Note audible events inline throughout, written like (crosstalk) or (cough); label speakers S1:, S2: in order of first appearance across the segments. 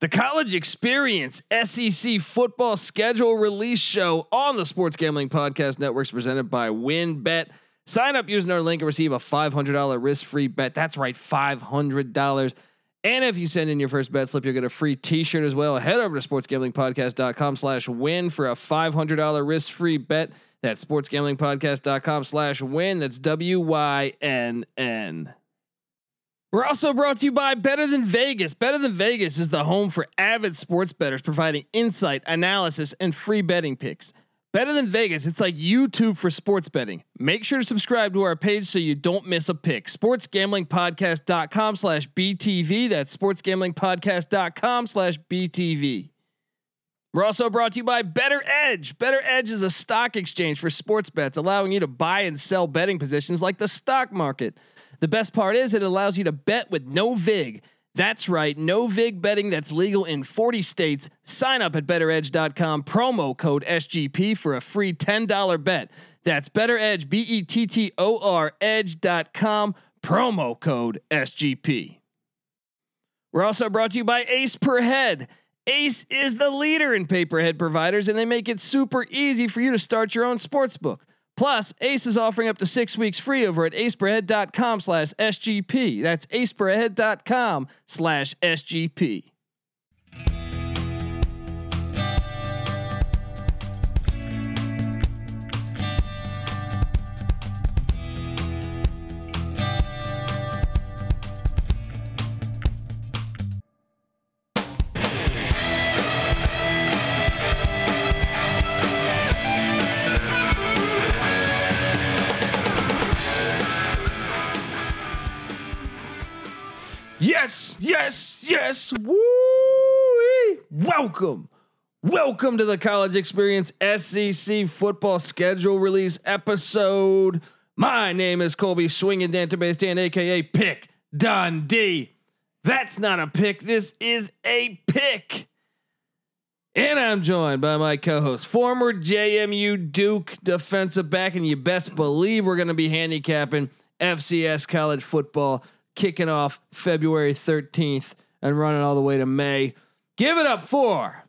S1: The College Experience SEC Football Schedule Release Show on the Sports Gambling Podcast Networks presented by WinBet. Sign up using our link and receive a $500 risk free bet. That's right, $500. And if you send in your first bet slip, you'll get a free t-shirt as well. Head over to sportsgamblingpodcast.com slash win for a $500 risk free bet. That's sportsgamblingpodcast.com slash win. That's W-Y-N-N. We're also brought to you by Better Than Vegas. Better Than Vegas is the home for avid sports bettors, providing insight, analysis, and free betting picks. Better Than Vegas, it's like YouTube for sports betting. Make sure to subscribe to our page so you don't miss a pick. Sportsgamblingpodcast.com slash BTV. That's sportsgamblingpodcast.com slash BTV. We're also brought to you by Better Edge. Better Edge is a stock exchange for sports bets, allowing you to buy and sell betting positions like the stock market. The best part is it allows you to bet with no VIG. That's right, no VIG betting that's legal in 40 states. Sign up at betteredge.com, promo code SGP for a free $10 bet. That's betteredge, B E T T O R edge.com, promo code SGP. We're also brought to you by Ace Per Head. Ace is the leader in paperhead providers, and they make it super easy for you to start your own sports book. Plus, Ace is offering up to six weeks free over at aceperhead.com slash SGP. That's aceperhead.com slash SGP. Yes, yes, yes. Woo! Welcome. Welcome to the College Experience SEC Football Schedule Release episode. My name is Colby Swinging Database Dan, aka Pick Dundee. That's not a pick. This is a pick. And I'm joined by my co-host, former JMU Duke defensive back, and you best believe we're going to be handicapping FCS college football, kicking off February 13th and running all the way to May. Give it up for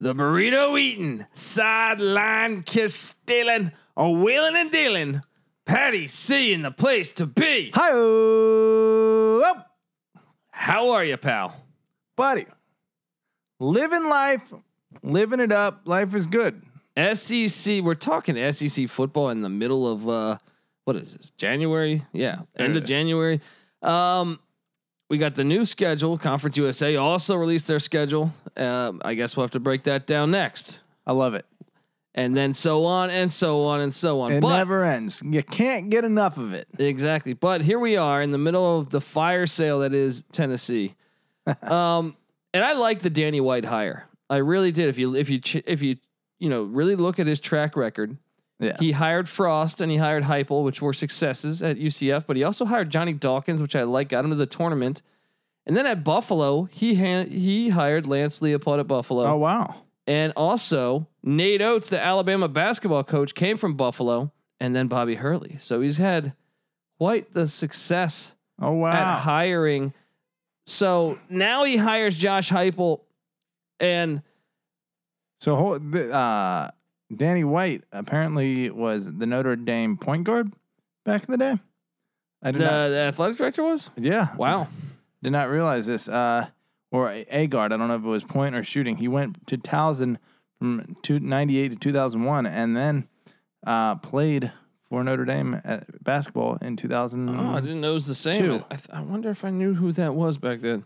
S1: the burrito eating, sideline kiss stealing, a wheeling and dealing, Patty C in the place to be.
S2: Hi, oh,
S1: How are you, pal?
S2: buddy. Living life, living it up. Life is good.
S1: SEC. E We're talking SEC football in the middle of uh, what is this? January? Yeah,
S2: There
S1: end
S2: it
S1: of
S2: is.
S1: January. Um, we got the new schedule. Conference USA also released their schedule. Um, I guess we'll have to break that down next,
S2: I love it.
S1: and then so on and so on and so on.
S2: It
S1: but
S2: never ends. You can't get enough of it.
S1: exactly. But here we are in the middle of the fire sale that is
S2: (laughs)
S1: Tennessee. um, and I like the Danny White hire. I really did. If you if you ch- if you you know really look at his track record.
S2: Yeah.
S1: He hired Frost and he hired Heupel, which were successes at UCF, but he also hired Johnny Dawkins, which I like, got him to the tournament. And then at Buffalo, he ha- he hired Lance Leopold at Buffalo,
S2: Oh wow.
S1: and also Nate Oates, the Alabama basketball coach, came from Buffalo, and then Bobby Hurley. So he's had quite the success
S2: Oh
S1: at
S2: wow.
S1: hiring. So now he hires Josh Heupel, and
S2: So ho- the, uh, Danny White apparently was the Notre Dame point guard back in the day. I
S1: the,
S2: did not. Hmm.
S1: the athletic director was
S2: Yeah.
S1: wow.
S2: Did not realize this. Uh, or a, a guard. I don't know if it was point or shooting. He went to Towson from two, 98 to 2001 and then uh, played for Notre Dame at basketball in 2000.
S1: Oh, I didn't know it was the same.
S2: Two.
S1: I, th- I wonder if I knew who that was back then.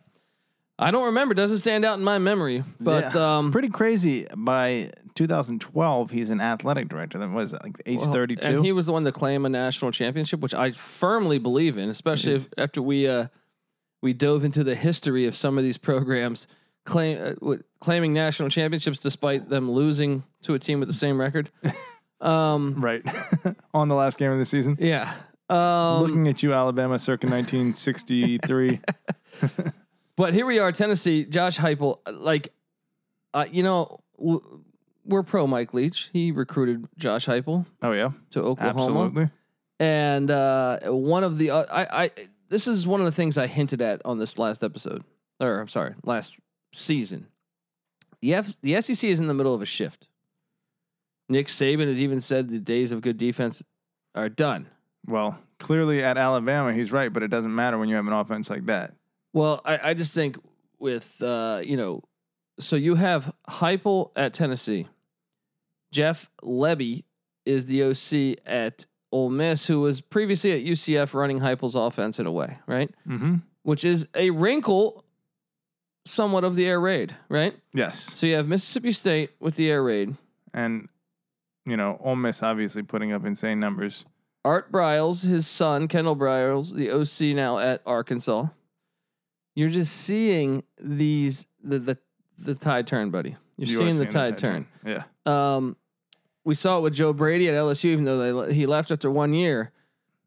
S1: I don't remember. Doesn't stand out in my memory. But um,
S2: Pretty crazy. By 2012, he's an athletic director. That was like age
S1: well,
S2: 32.
S1: Oh, and he was the one to claim a national championship, which I firmly believe in, especially if, after we uh, we dove into the history of some of these programs claim uh, w- claiming national championships despite them losing to a team with the same
S2: (laughs)
S1: record. um,
S2: right (laughs) on the last game of the season.
S1: yeah. Um,
S2: Looking at you, Alabama,
S1: (laughs)
S2: circa 1963.
S1: But here we are, Tennessee. Josh Heupel, like, uh, you know, w- we're pro Mike Leach. He recruited Josh Heupel
S2: oh yeah,
S1: to Oklahoma,
S2: absolutely.
S1: and uh, one of the uh, I, I this is one of the things I hinted at on this last episode. or I'm sorry, last season. The, F- the SEC is in the middle of a shift. Nick Saban has even said the days of good defense are done.
S2: Well, clearly at Alabama, he's right, but it doesn't matter when you have an offense like that.
S1: Well, I, I just think with uh, you know, so you have Heupel at Tennessee. Jeff Levy is the OC at Ole Miss, who was previously at UCF running Heupel's offense in a way, right?
S2: Mm-hmm.
S1: Which is a wrinkle, somewhat of the air raid, right?
S2: Yes,
S1: So you have Mississippi State with the air raid,
S2: and you know Ole Miss obviously putting up insane numbers.
S1: Art Briles, his son Kendall Briles, the OC now at Arkansas. You're just seeing these the the the tide turn, buddy. You're
S2: You are
S1: seeing the tide turn.
S2: Yeah,
S1: Um, we saw it with Joe Brady at LSU, even though they le- he left after one year.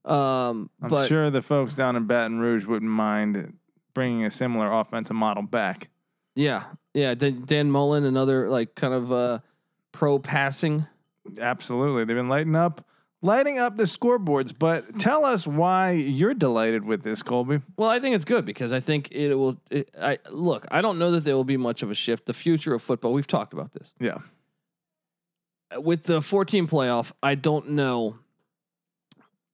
S1: Um,
S2: I'm
S1: but
S2: sure the folks down in Baton Rouge wouldn't mind bringing a similar offensive model back.
S1: yeah, yeah, Dan, Dan Mullen, another like kind of uh, pro passing.
S2: Absolutely, they've been lighting up, lighting up the scoreboards. But tell us why you're delighted with this, Colby.
S1: Well, I think it's good because I think it will. It, I look, I don't know that there will be much of a shift. The future of football, we've talked about this.
S2: Yeah.
S1: With the 14 playoff, I don't know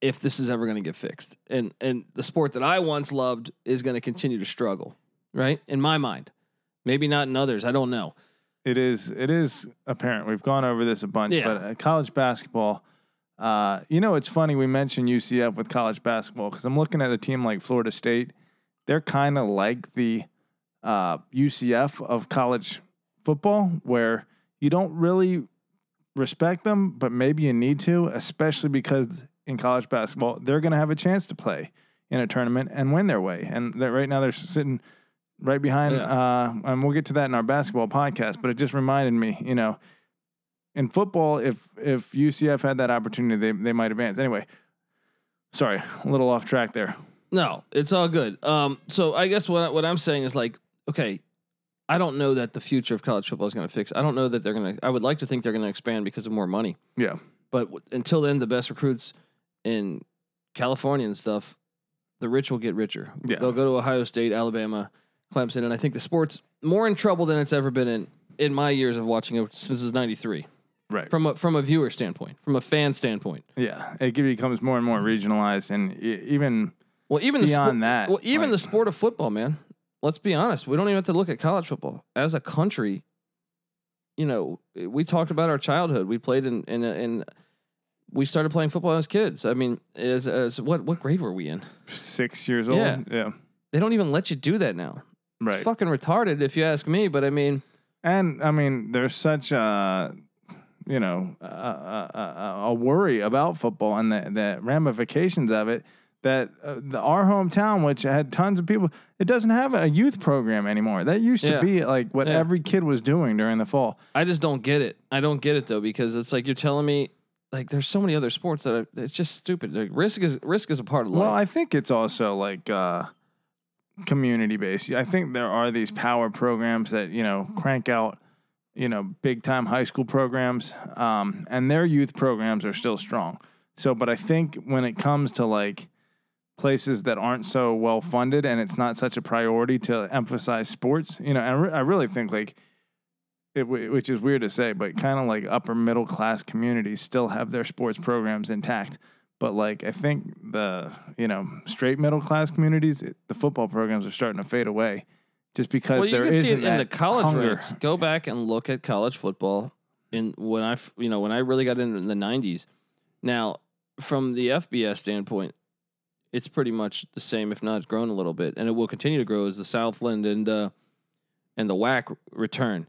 S1: if this is ever going to get fixed, and and the sport that I once loved is going to continue to struggle, right? In my mind, maybe not in others. I don't know.
S2: It is. It is apparent. We've gone over this a bunch,
S1: Yeah.
S2: but uh, college basketball. Uh, you know, it's funny we mentioned UCF with college basketball because I'm looking at a team like Florida State. They're kind of like the uh, UCF of college football, where you don't really respect them, but maybe you need to, especially because in college basketball they're going to have a chance to play in a tournament and win their way. And that right now they're sitting right behind,
S1: Yeah.
S2: uh, and we'll get to that in our basketball podcast. But it just reminded me, you know, in football, if if UCF had that opportunity, they they might advance. Anyway, sorry, a little off track there.
S1: No, it's all good. Um, so I guess what I- what I'm saying is like, okay, I don't know that the future of college football is going to fix. I don't know that they're going to. I would like to think they're going to expand because of more money.
S2: Yeah.
S1: But w- until then, the best recruits in California and stuff, the rich will get richer.
S2: Yeah.
S1: They'll go to Ohio State, Alabama, Clemson, and I think the sport's more in trouble than it's ever been in in my years of watching it since it's '93.
S2: Right.
S1: From a from a viewer standpoint, from a fan standpoint.
S2: Yeah, it becomes more and more regionalized, and e- even
S1: Well, even the sport,
S2: beyond that,
S1: Well, even
S2: like-
S1: the sport of football, man. Let's be honest. We don't even have to look at college football as a country. You know, we talked about our childhood. We played in in in. We started playing football as kids. I mean, as, as what what grade were we in?
S2: six years old.
S1: Yeah.
S2: yeah.
S1: They don't even let you do that now.
S2: Right.
S1: It's fucking retarded, if you ask me. But I mean,
S2: And I mean, there's such a, you know, a, a, a- a worry about football and the, the ramifications of it that uh, the, our hometown, which had tons of people, it doesn't have a youth program anymore. That used
S1: Yeah.
S2: to be like what
S1: Yeah.
S2: every kid was doing during the fall.
S1: I just don't get it. I don't get it though because it's like you're telling me like there's so many other sports that are, it's just stupid. Like risk is risk is a part of life.
S2: Well, I think it's also like uh, community based. I think there are these power programs that you know crank out, you know, big time high school programs, um, and their youth programs are still strong. So, but I think when it comes to like places that aren't so well funded and it's not such a priority to emphasize sports, you know, and I, re- I really think like. It, w- which is weird to say, but kind of like upper middle class communities still have their sports programs intact but like I think the you know straight middle class communities, it, the football programs are starting to fade away, just because
S1: well, you
S2: there
S1: can see
S2: isn't
S1: it in the
S2: that
S1: college
S2: hunger.
S1: ranks. Go back and look at college football. In when I, f- you know, when I really got into the '90s. Now, from the FBS standpoint, it's pretty much the same, if not it's grown a little bit, and it will continue to grow as the Southland and uh, and the WAC return.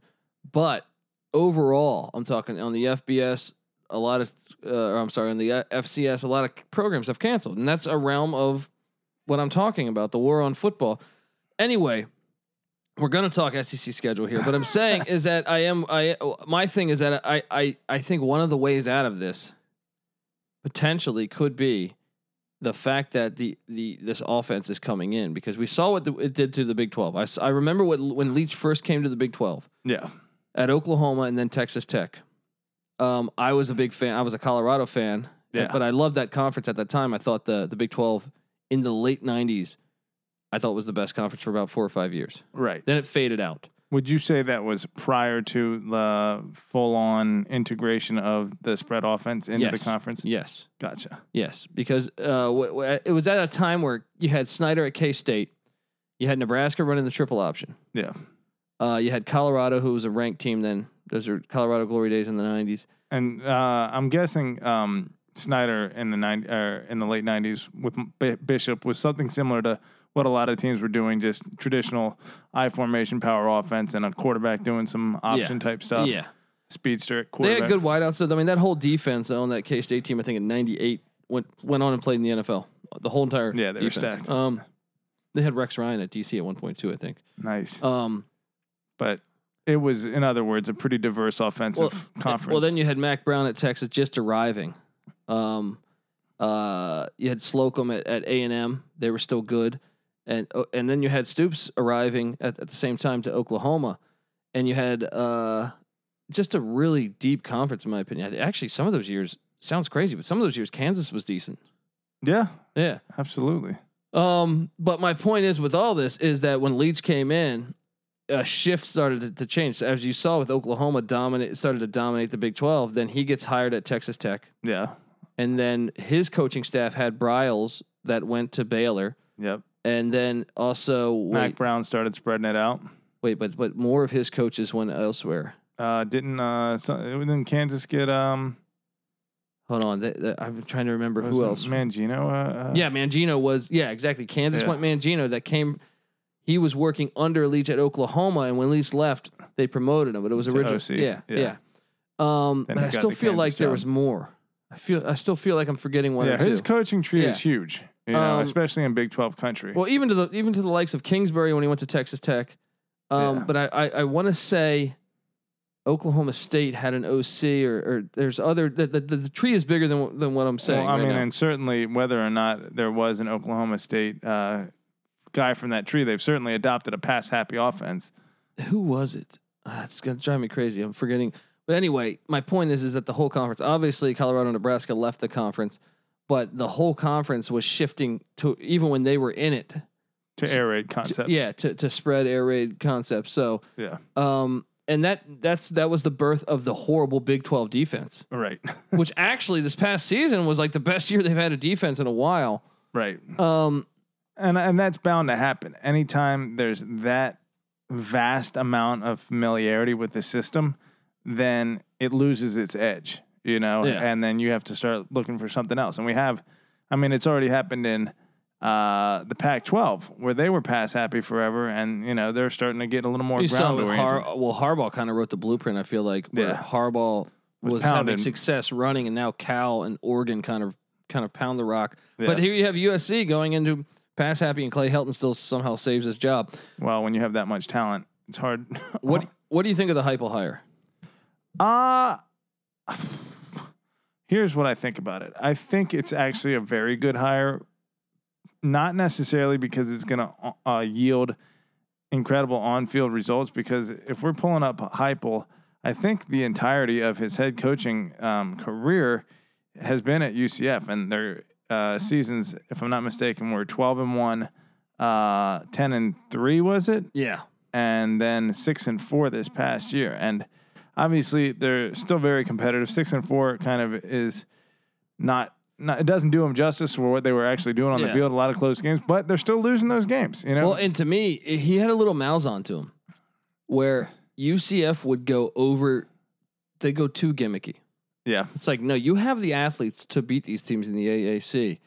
S1: But overall, I'm talking on the FBS. A lot of, uh, or I'm sorry, on the uh, FCS, a lot of c- programs have canceled, and that's a realm of what I'm talking about—the war on football. Anyway, we're going to talk SEC schedule here, but I'm saying is that I am I my thing is that I I I think one of the ways out of this potentially could be the fact that the the this offense is coming in because we saw what the, it did to the Big 12. I s- I remember what when Leach first came to the Big 12
S2: Yeah,
S1: at Oklahoma and then Texas Tech. Um, I was a big fan. I was a Colorado fan,
S2: Yeah.
S1: but I loved that conference at that time. I thought the the Big Twelve in the late '90s I thought was the best conference for about four or five years.
S2: Right.
S1: Then it faded out.
S2: Would you say that was prior to the full on integration of the spread offense into
S1: Yes.
S2: the conference?
S1: Yes.
S2: Gotcha.
S1: Yes, because uh, w- w- it was at a time where you had Snyder at K State, you had Nebraska running the triple option,
S2: Yeah.
S1: uh, you had Colorado, who was a ranked team then. Those are Colorado glory days in the '90s.
S2: And uh, I'm guessing um, Snyder in the nine or in the late '90s with B- Bishop was something similar to what a lot of teams were doing, just traditional I formation power offense and a quarterback doing some option type stuff.
S1: Yeah,
S2: speedster at
S1: they
S2: quarterback.
S1: had good wideouts. So I mean, that whole defense on that K State team, I think in '98 went went on and played in the NFL. The whole entire
S2: Yeah, they were
S1: defense.
S2: stacked.
S1: Um, they had Rex Ryan at DC at one point too, I think.
S2: nice,
S1: Um,
S2: but it was, in other words, a pretty diverse offensive conference.
S1: Well, then you had Mac Brown at Texas just arriving. Um, uh, you had Slocum at at A and M; they were still good, and oh, and then you had Stoops arriving at, at the same time to Oklahoma, and you had uh, just a really deep conference, in my opinion. Actually, some of those years sounds crazy, but some of those years Kansas was decent.
S2: yeah,
S1: Yeah.
S2: absolutely.
S1: Um, but my point is with all this is that when Leach came in, a shift started to, to change. So as you saw with Oklahoma dominate started to dominate the Big Twelve, then he gets hired at Texas Tech.
S2: Yeah,
S1: And then his coaching staff had Bryles that went to Baylor.
S2: yep.
S1: And then also
S2: Mac
S1: wait,
S2: Brown started spreading it out.
S1: wait, but but more of his coaches went elsewhere.
S2: Uh, didn't uh, so, didn't Kansas get um?
S1: Hold on, th- th- I'm trying to remember
S2: was
S1: who
S2: it
S1: else.
S2: Mangino. Uh, uh,
S1: Yeah, Mangino was yeah exactly. Kansas
S2: Yeah.
S1: went Mangino that came. He was working under Leach at Oklahoma, and when Leach left, they promoted him. But it was
S2: To
S1: original.
S2: OC,
S1: Yeah,
S2: yeah.
S1: yeah. Um,
S2: Then
S1: but I
S2: he got
S1: still
S2: the
S1: feel like
S2: Kansas
S1: there
S2: job.
S1: was more. I feel I still feel like I'm forgetting one
S2: yeah.
S1: or two.
S2: His coaching tree
S1: Yeah.
S2: is huge, you know,
S1: Um,
S2: especially in Big Twelve country.
S1: Well, even to the even to the likes of Kingsbury when he went to Texas Tech. Um,
S2: Yeah.
S1: But I I, I want to say Oklahoma State had an OC or, or there's other the, the the tree is bigger than wh- than what I'm saying.
S2: Well, I
S1: right
S2: mean,
S1: now.
S2: and certainly whether or not there was an Oklahoma State uh, guy from that tree, they've certainly adopted a pass happy offense.
S1: who was it? Ah, it's gonna drive me crazy. I'm forgetting. But anyway, my point is is that the whole conference, obviously Colorado and Nebraska left the conference, but the whole conference was shifting to even when they were in it.
S2: To air raid concepts.
S1: To, yeah, to, to spread air raid concepts. So
S2: Yeah.
S1: um and that that's that was the birth of the horrible Big Twelve defense,
S2: Right. (laughs)
S1: which (laughs) actually this past season was like the best year they've had a defense in a while.
S2: Right.
S1: Um
S2: And and that's bound to happen. Anytime there's that vast amount of familiarity with the system, then it loses its edge, you know,
S1: Yeah.
S2: and then you have to start looking for something else. And we have I mean, it's already happened in uh, the Pac-12, where they were pass happy forever, and you know they're starting to get a little more
S1: you saw
S2: ground
S1: with
S2: oriented.
S1: Har- well Harbaugh kind of wrote the blueprint. I feel like where
S2: Yeah.
S1: Harbaugh
S2: Was
S1: was,
S2: pounding.
S1: having success running, and now Cal and Oregon kind of kind of pound the rock.
S2: Yeah.
S1: But here you have USC going into pass happy, and Clay Helton still somehow saves his job.
S2: Well, when you have that much talent, it's hard.
S1: What What do you think of the Heupel hire?
S2: Uh (sighs) here's what I think about it. I think it's actually a very good hire, not necessarily because it's going to uh, yield incredible on-field results. Because if we're pulling up Heupel, I think the entirety of his head coaching um, career has been at UCF, and their uh, seasons, if I'm not mistaken, were 12 and one, uh, 10 and three, was it?
S1: Yeah,
S2: and then six and four this past year. And obviously, they're still very competitive. Six and four kind of is not. Not, it doesn't do them justice for what they were actually doing on the
S1: Yeah.
S2: field. A lot of close games, but they're still losing those games. You know,
S1: Well, and to me, he had a little Malzahn to him, where UCF would go over. They go too gimmicky.
S2: Yeah.
S1: it's like no, you have the athletes to beat these teams in the AAC,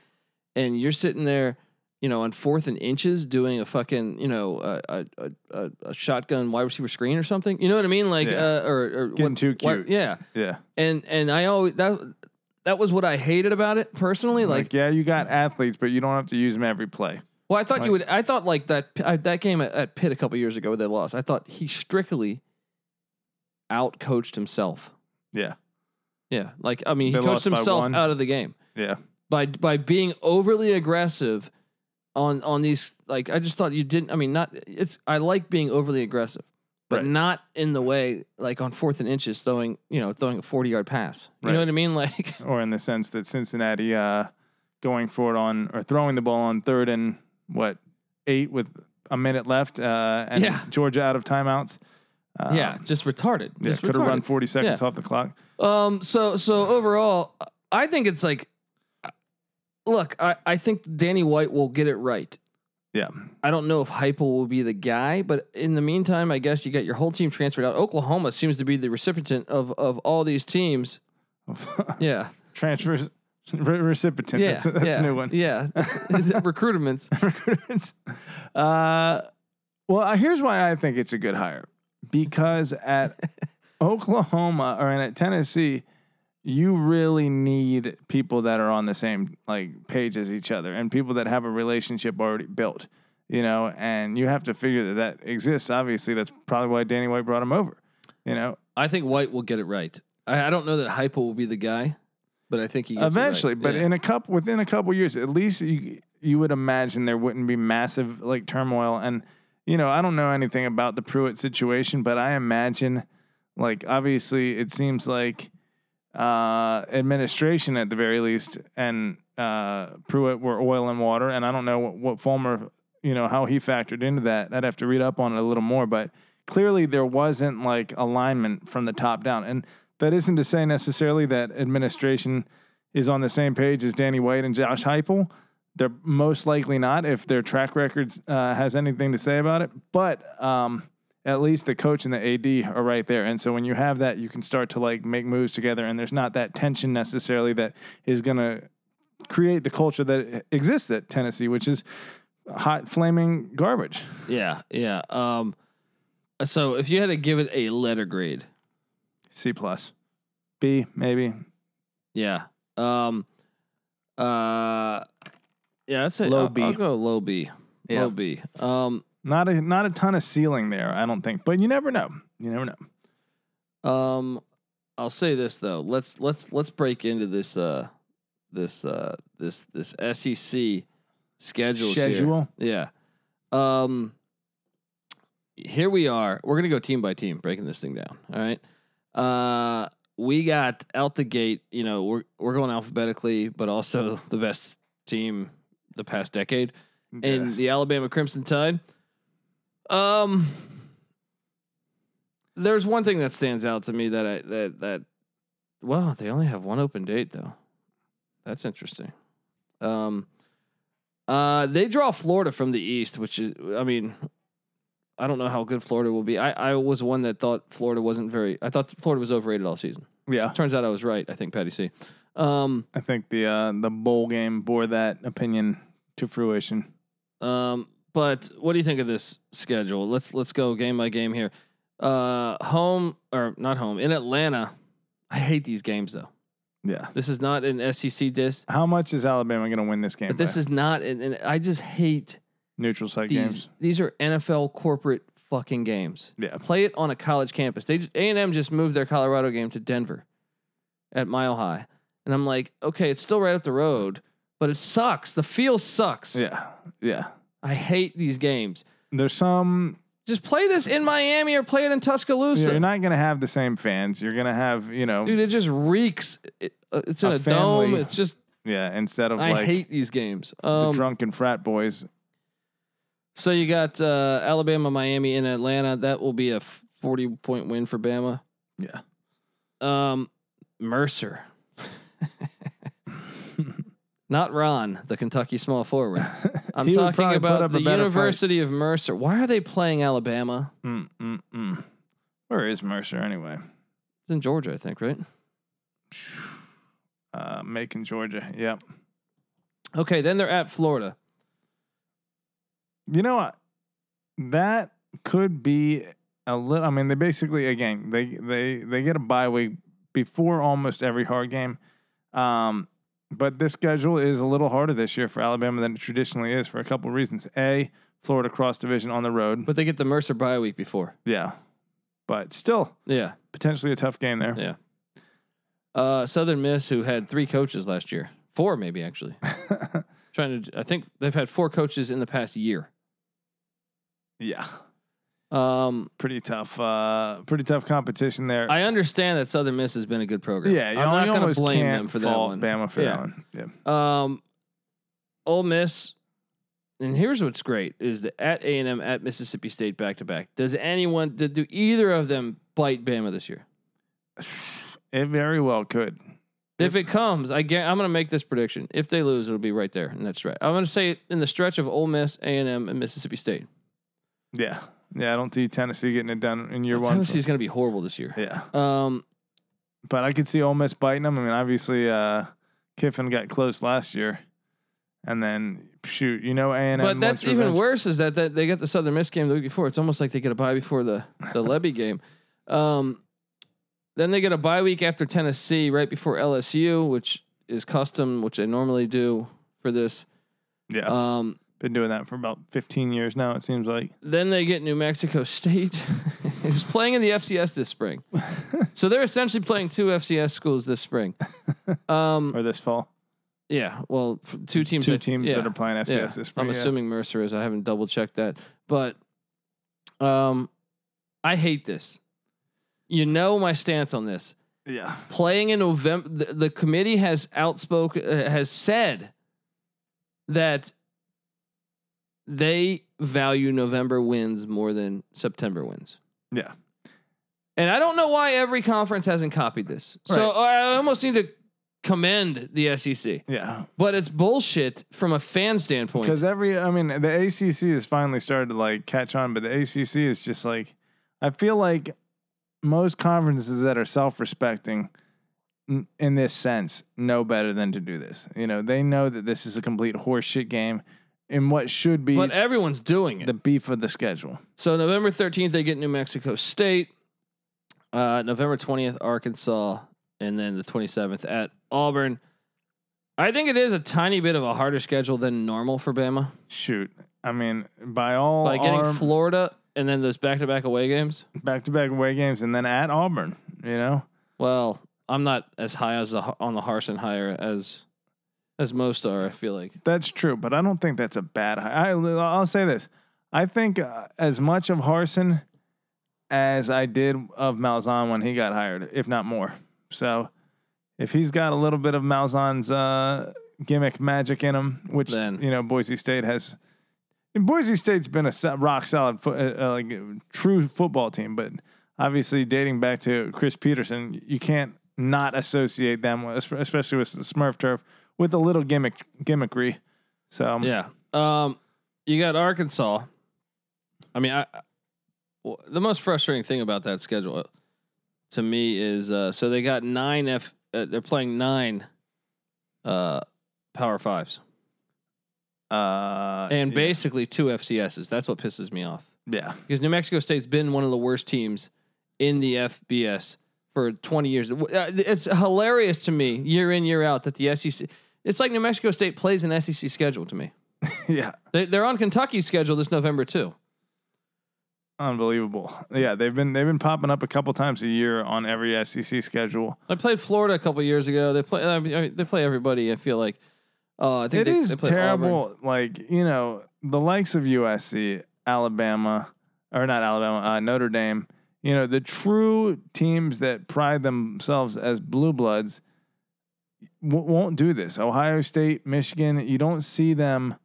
S1: and you're sitting there, you know, on fourth and inches doing a fucking, you know, a a, a, a, a shotgun wide receiver screen or something. You know what I mean? Like,
S2: Yeah.
S1: uh, or, or
S2: Getting too
S1: why-
S2: cute.
S1: yeah,
S2: yeah,
S1: and and I always that that was what I hated about it personally.
S2: like,
S1: Like,
S2: yeah, you got athletes, but you don't have to use them every play.
S1: well, I thought
S2: Like-
S1: you would. I thought like that I, that game at, at Pitt a couple years ago where they lost. I thought he strictly out coached himself.
S2: Yeah,
S1: Yeah, like I mean, he
S2: They
S1: coached
S2: lost by
S1: himself
S2: one.
S1: out of the game
S2: yeah,
S1: by by being overly aggressive on on these. Like I just thought you didn't. I mean, not it's. I like being overly aggressive, but
S2: Right.
S1: not in the way like on fourth and inches throwing you know throwing a forty yard pass. You
S2: Right.
S1: know what I mean? (laughs) Like
S2: or in the sense that Cincinnati uh, going for it on or throwing the ball on third and what eight with a minute left uh, and
S1: Yeah.
S2: Georgia out of timeouts. Uh,
S1: yeah, just retarded.
S2: Yeah,
S1: Just
S2: could have
S1: retarded.
S2: run 40 seconds off the clock. (laughs)
S1: Um. So so overall, I think it's like, look, I I think Danny White will get it right.
S2: Yeah.
S1: I don't know if Hypel will be the guy, but in the meantime, I guess you got your whole team transferred out. Oklahoma seems to be the recipient of of all these teams. Yeah,
S2: Transfer re- recipient.
S1: yeah,
S2: that's that's
S1: yeah,
S2: a new one. (laughs)
S1: Yeah, Is it recruitments.
S2: recruits. Uh, well, here's why I think it's a good hire because
S1: (laughs)
S2: at Oklahoma or at Tennessee, you really need people that are on the same like page as each other and people that have a relationship already built. You know, and you have to figure that that exists. Obviously, that's probably why Danny White brought him over. You know,
S1: I think White will get it right. I, I don't know that Hypel will be the guy, but I think he gets it right.
S2: eventually, but
S1: Yeah.
S2: in a couple within a couple years, at least you you would imagine there wouldn't be massive like turmoil. And you know, I don't know anything about the Pruitt situation, but I imagine like obviously it seems like uh, administration at the very least and uh, Pruitt were oil and water, and I don't know what, what Fulmer you know how he factored into that. I'd have to read up on it a little more, but clearly there wasn't like alignment from the top down and. That isn't to say necessarily that administration is on the same page as Danny White and Josh Heupel. They're most likely not if their track records uh, has anything to say about it. But um, at least the coach and the AD are right there, and so when you have that, you can start to like make moves together, and there's not that tension necessarily that is going to create the culture that exists at Tennessee, which is hot flaming garbage.
S1: yeah, yeah. Um, so if you had to give it a letter grade,
S2: C plus, B maybe
S1: Yeah. Um. Uh. Yeah, that's it.
S2: Low
S1: I'll,
S2: B.
S1: I'll go low B.
S2: Yeah.
S1: Low B. Um.
S2: not a not a ton of ceiling there, I don't think. But you never know. You never know.
S1: Um. I'll say this though. Let's let's let's break into this uh this uh this this SEC schedules here.
S2: Schedule.
S1: Yeah. Um. Here we are. We're gonna go team by team, breaking this thing down. All right. Uh. We got out the gate. You know, we're we're going alphabetically, but also (laughs) the best team the past decade. in
S2: Yes.
S1: the Alabama Crimson Tide. Um, there's one thing that stands out to me that I that that well, they only have one open date though. That's interesting. Um, uh, they draw Florida from the east, which is, I mean, I don't know how good Florida will be. I I was one that thought Florida wasn't very. I thought Florida was overrated all season.
S2: yeah.
S1: Turns out I was right. I think Patty C. Um,
S2: I think the uh, the bowl game bore that opinion to fruition.
S1: Um, but what do you think of this schedule? Let's let's go game by game here. Uh, home or not home in Atlanta. I hate these games though.
S2: Yeah.
S1: This is not an SEC diss,
S2: How much is Alabama going to win this game?
S1: but this
S2: by?
S1: is not. An, an, I just hate
S2: neutral site
S1: these.
S2: games.
S1: These are NFL corporate fucking games.
S2: Yeah.
S1: Play it on a college campus. They A and M just moved their Colorado game to Denver, at Mile High, and I'm like, okay, it's still right up the road, but it sucks. The feel sucks.
S2: Yeah. Yeah.
S1: I hate these games.
S2: There's some.
S1: Just play this in Miami or play it in
S2: yeah,
S1: Tuscaloosa.
S2: you're not going to have the same fans. You're going to have you know.
S1: Dude, it just reeks. It- uh, it's in
S2: A
S1: a dome.
S2: family
S1: It's just
S2: Yeah. Instead of
S1: I
S2: like
S1: hate these games.
S2: the
S1: Um,
S2: drunken frat boys.
S1: so you got uh, Alabama, Miami, and Atlanta. That will be a f- forty point win for Bama.
S2: Yeah.
S1: Um, Mercer,
S2: (laughs)
S1: not Ron, the Kentucky small
S2: (laughs)
S1: forward. I'm
S2: He would
S1: talking
S2: probably put up
S1: about
S2: a
S1: the
S2: better fight.
S1: University of Mercer. Why are they playing Alabama?
S2: Mm, mm, mm. Where is Mercer anyway?
S1: It's in Georgia, I think, right?
S2: Uh, Macon, Georgia. Yeah.
S1: Okay, then they're at Florida.
S2: You know what? That could be a little. I mean, they basically again they they they get a bye week before almost every hard game, um, but this schedule is a little harder this year for Alabama than it traditionally is for a couple of reasons. A, Florida cross division on the road,
S1: But they get the Mercer bye week before.
S2: yeah, but still
S1: Yeah.
S2: potentially a tough game there.
S1: Uh, Southern Miss, who had three coaches last year, four maybe
S2: (laughs)
S1: actually. Trying to, I think they've had four coaches in the past year.
S2: yeah,
S1: Um,
S2: pretty tough. Uh, pretty tough competition there.
S1: I understand that Southern Miss has been a good program.
S2: yeah, you,
S1: I'm not
S2: you
S1: going
S2: almost
S1: to blame
S2: can't
S1: them for that
S2: fault
S1: one.
S2: Bama for
S1: Yeah.
S2: that one. Yeah.
S1: Um, Ole Miss, and here's what's great is that at A and M at Mississippi State back to back. Does anyone did, do either of them bite Bama this year?
S2: It very well could.
S1: If it comes, I get, I'm going to make this prediction. If they lose, it'll be right there in that stretch. I'm going to say in the stretch of Ole Miss, A and M, and Mississippi State.
S2: Yeah. Yeah. I don't see Tennessee getting it done in year one.
S1: Tennessee's going to be horrible this year.
S2: Yeah.
S1: Um,
S2: But I could see Ole Miss biting them. I mean, obviously, uh, Kiffin got close last year, and then shoot, you know, A and M.
S1: but that's even worse is that, that they got the Southern Miss game the week before. It's almost like they get a bye before the the Levy (laughs) game. Um, then they get a bye week after Tennessee, right before LSU, which is custom, which I normally do for this.
S2: Yeah,
S1: Um,
S2: been doing that for about 15 years now. It seems like.
S1: Then they get New Mexico State, (laughs) who's playing in the FCS this spring. so they're essentially playing two FCS schools this spring. Um,
S2: or this fall,
S1: yeah, well, f- two teams.
S2: two
S1: that-
S2: teams
S1: yeah,
S2: that are playing FCS
S1: yeah.
S2: this
S1: I'm
S2: spring. yeah.
S1: assuming Mercer is. I haven't double checked that, but um, I hate this. You know my stance on this.
S2: Yeah,
S1: Playing in November, the, the committee has outspoken, uh, has said that they value November wins more than September wins.
S2: yeah.
S1: And I don't know why every conference hasn't copied this. So
S2: Right.
S1: I almost need to commend the SEC,
S2: Yeah,
S1: but it's bullshit from a fan standpoint.
S2: because every, I mean, the ACC has finally started to like catch on, but the ACC is just like, I feel like most conferences that are self-respecting n- in this sense know better than to do this. You know, they know that this is a complete horseshit game in what should be
S1: but everyone's doing it.
S2: the beef of the schedule.
S1: so November 13th, they get New Mexico State. Uh, November 20th, Arkansas. And then the 27th at Auburn. I think it is a tiny bit of a harder schedule than normal for Bama
S2: Shoot, I mean, by all
S1: by getting
S2: arm-
S1: Florida and then those back to back away games.
S2: back-to-back away games, and then at Auburn, you know.
S1: Well, I'm not as high as the, on the Harson higher as as most are. I feel like
S2: That's true, but I don't think that's a bad. hi- I, I'll say this: I think uh, as much of Harson as I did of Malzahn when he got hired, if not more. So, if he's got a little bit of Malzahn's uh, gimmick magic in him, which
S1: Then-
S2: you know Boise State has, and Boise State's been a so- rock solid, fo- uh, uh, like true football team, but obviously dating back to Chris Peterson, you can't not associate them, with- especially with the Smurf turf, with a little gimmick gimmickry. So
S1: yeah. Um, you got Arkansas. I mean, I, I- w- the most frustrating thing about that schedule uh, to me is uh, so they got nine F. Uh, they're playing nine uh, Power Fives
S2: uh,
S1: and
S2: yeah,
S1: basically two FCSs. That's what pisses me off.
S2: yeah, (laughs)
S1: because New Mexico State's been one of the worst teams in the FBS for 20 years. Uh, It's hilarious to me year in year out that the SEC. It's like New Mexico State plays an SEC schedule to me.
S2: yeah,
S1: They, they're on Kentucky's schedule this November too.
S2: unbelievable. Yeah, they've been they've been popping up a couple times a year on every SEC schedule.
S1: I played Florida a couple years ago. They play. I mean, I mean, they play everybody. I feel like. Oh, I think
S2: It
S1: they,
S2: is
S1: they play Auburn.
S2: terrible. Like you know, the likes of USC, Alabama, or not Alabama, uh, Notre Dame. You know, the true teams that pride themselves as blue bloods w- won't do this. Ohio State, Michigan. You don't see them.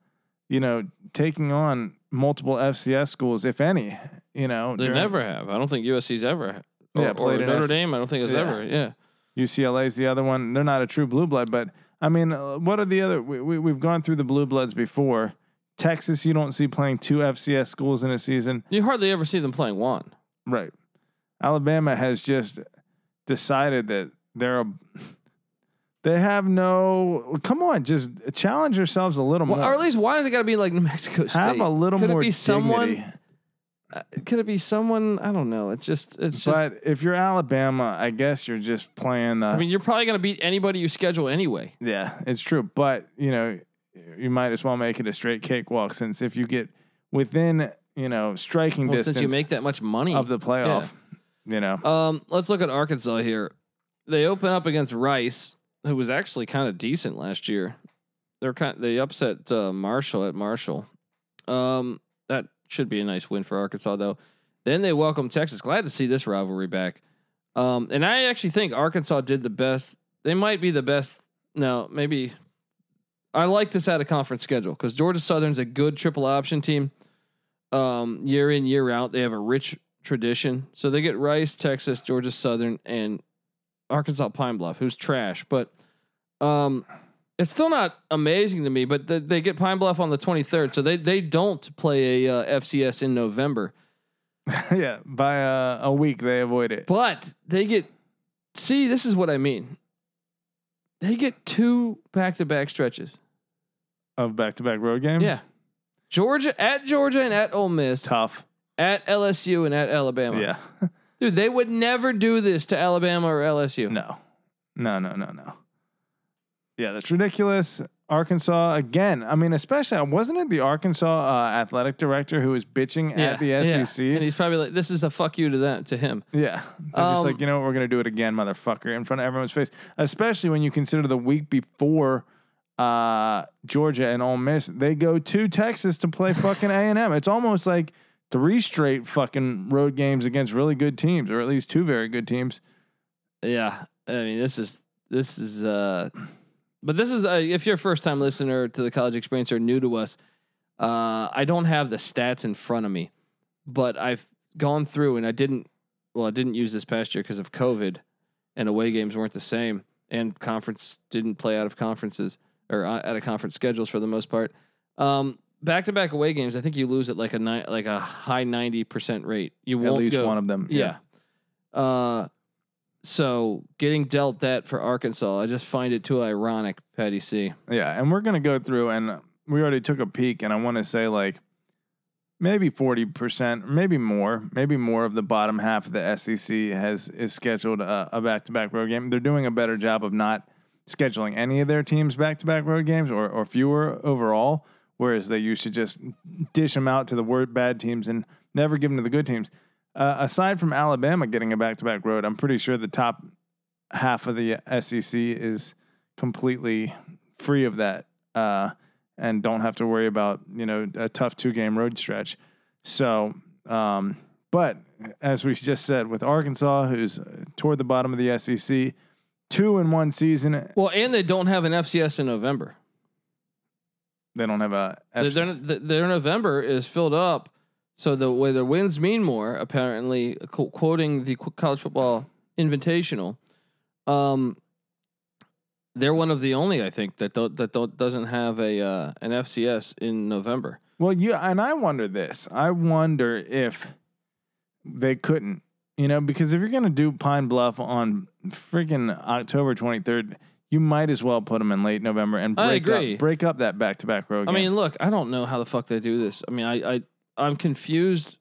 S2: You know, taking on multiple FCS schools, if any. You know,
S1: They
S2: during-
S1: never have. I don't think USC's ever. Or,
S2: Yeah,
S1: or
S2: played an
S1: Notre
S2: S-
S1: Dame. I don't think it's
S2: Yeah.
S1: ever. Yeah.
S2: UCLA's the other one. They're not a true blue blood, but I mean, uh, what are the other? We, we we've gone through the blue bloods before. Texas, you don't see playing two FCS schools in a season,
S1: You hardly ever see them playing one.
S2: right? Alabama has just decided that they're a. They have no. Come on, just challenge yourselves a little
S1: Well,
S2: more.
S1: or at least why does it got to be like New Mexico State?
S2: Oh, have a little
S1: Could it
S2: more
S1: be someone-
S2: dignity.
S1: uh, could it be someone? I don't know. It's just, it's just.
S2: but if you're Alabama, I guess you're just playing the.
S1: I mean, you're probably gonna beat anybody you schedule anyway.
S2: Yeah, it's true. But you know, you might as well make it a straight cakewalk since if you get within you know striking
S1: Well,
S2: distance
S1: since you make that much money.
S2: of the playoff, you know, (laughs)
S1: um, let's look at Arkansas here. They open up against Rice, who was actually kind of decent last year. They're kind they upset uh, Marshall at Marshall. Um, that should be a nice win for Arkansas though. Then they welcome Texas. Glad to see this rivalry back. Um, and I actually think Arkansas did the best. They might be the best. No, maybe I like this out of conference schedule because Georgia Southern's a good triple option team. Um, year in year out, they have a rich tradition. So they get Rice, Texas, Georgia Southern, and Arkansas Pine Bluff, who's trash. But um, it's still not amazing to me. But th- they get Pine Bluff on the twenty third, so they they don't play a uh, FCS in November.
S2: yeah, by uh, a week they avoid it.
S1: But they get see, this is what I mean. They get two back to back stretches.
S2: Of back-to-back road games.
S1: Yeah. Georgia at Georgia and at Ole Miss,
S2: tough.
S1: at LSU and at Alabama.
S2: Yeah,
S1: Dude, they would never do this to Alabama or LSU.
S2: no, no, no, no, no. Yeah, that's ridiculous. Arkansas again. I mean, especially wasn't it the Arkansas uh, athletic director who was bitching
S1: Yeah,
S2: at the E
S1: yeah.
S2: SEC?
S1: And he's probably like, this is a fuck you to that to him.
S2: Yeah. They're just
S1: Um,
S2: like, you know what, we're gonna do it again, motherfucker, in front of everyone's face. Especially when you consider the week before uh Georgia and Ole Miss, they go to Texas
S1: (laughs)
S2: to play fucking A and M. It's almost like three straight fucking road games against really good teams, or at least two very good teams.
S1: Yeah. I mean, this is this is uh but this is uh, if you're a first time listener to the college experience or new to us, uh I don't have the stats in front of me, but I've gone through and I didn't well, I didn't use this past year because of COVID and away games weren't the same and conference didn't play out of conferences or uh, out of conference schedules for the most part. Um back to back away games, I think you lose at like a ni- like a high 90% rate. You
S2: at
S1: won't
S2: least
S1: go,
S2: one of them.
S1: yeah. Uh, so getting dealt that for Arkansas, I just find it too ironic, Patty C.
S2: Yeah, and we're gonna go through, and we already took a peek, and I want to say like maybe forty percent, maybe more, maybe more of the bottom half of the SEC has is scheduled a, a back-to-back road game. They're doing a better job of not scheduling any of their teams back-to-back road games, or or fewer overall. Whereas they used to just dish them out to the word bad teams and never give them to the good teams. Uh, aside from Alabama getting a back-to-back road, I'm pretty sure the top half of the SEC is completely free of that uh, and don't have to worry about you know a tough two game road stretch. So, um, but as we just said, with Arkansas, who's toward the bottom of the SEC, two in one season,
S1: Well, and they don't have an FCS in November.
S2: they don't have a
S1: Their-
S2: F-
S1: Their, their November is filled up, so the way the wins mean more. Apparently, qu- quoting the qu- college football invitational, um, they're one of the only I think that don't, that don't, doesn't have a uh, an FCS in November.
S2: Well, yeah, and I wonder this. I wonder if they couldn't, you know, because if you're going to do Pine Bluff on freaking October 23rd, you might as well put them in late November and
S1: I
S2: break
S1: agree.
S2: up break up that back to back road.
S1: I
S2: game.
S1: mean, look, I don't know how the fuck they do this. I mean, I, I I'm confused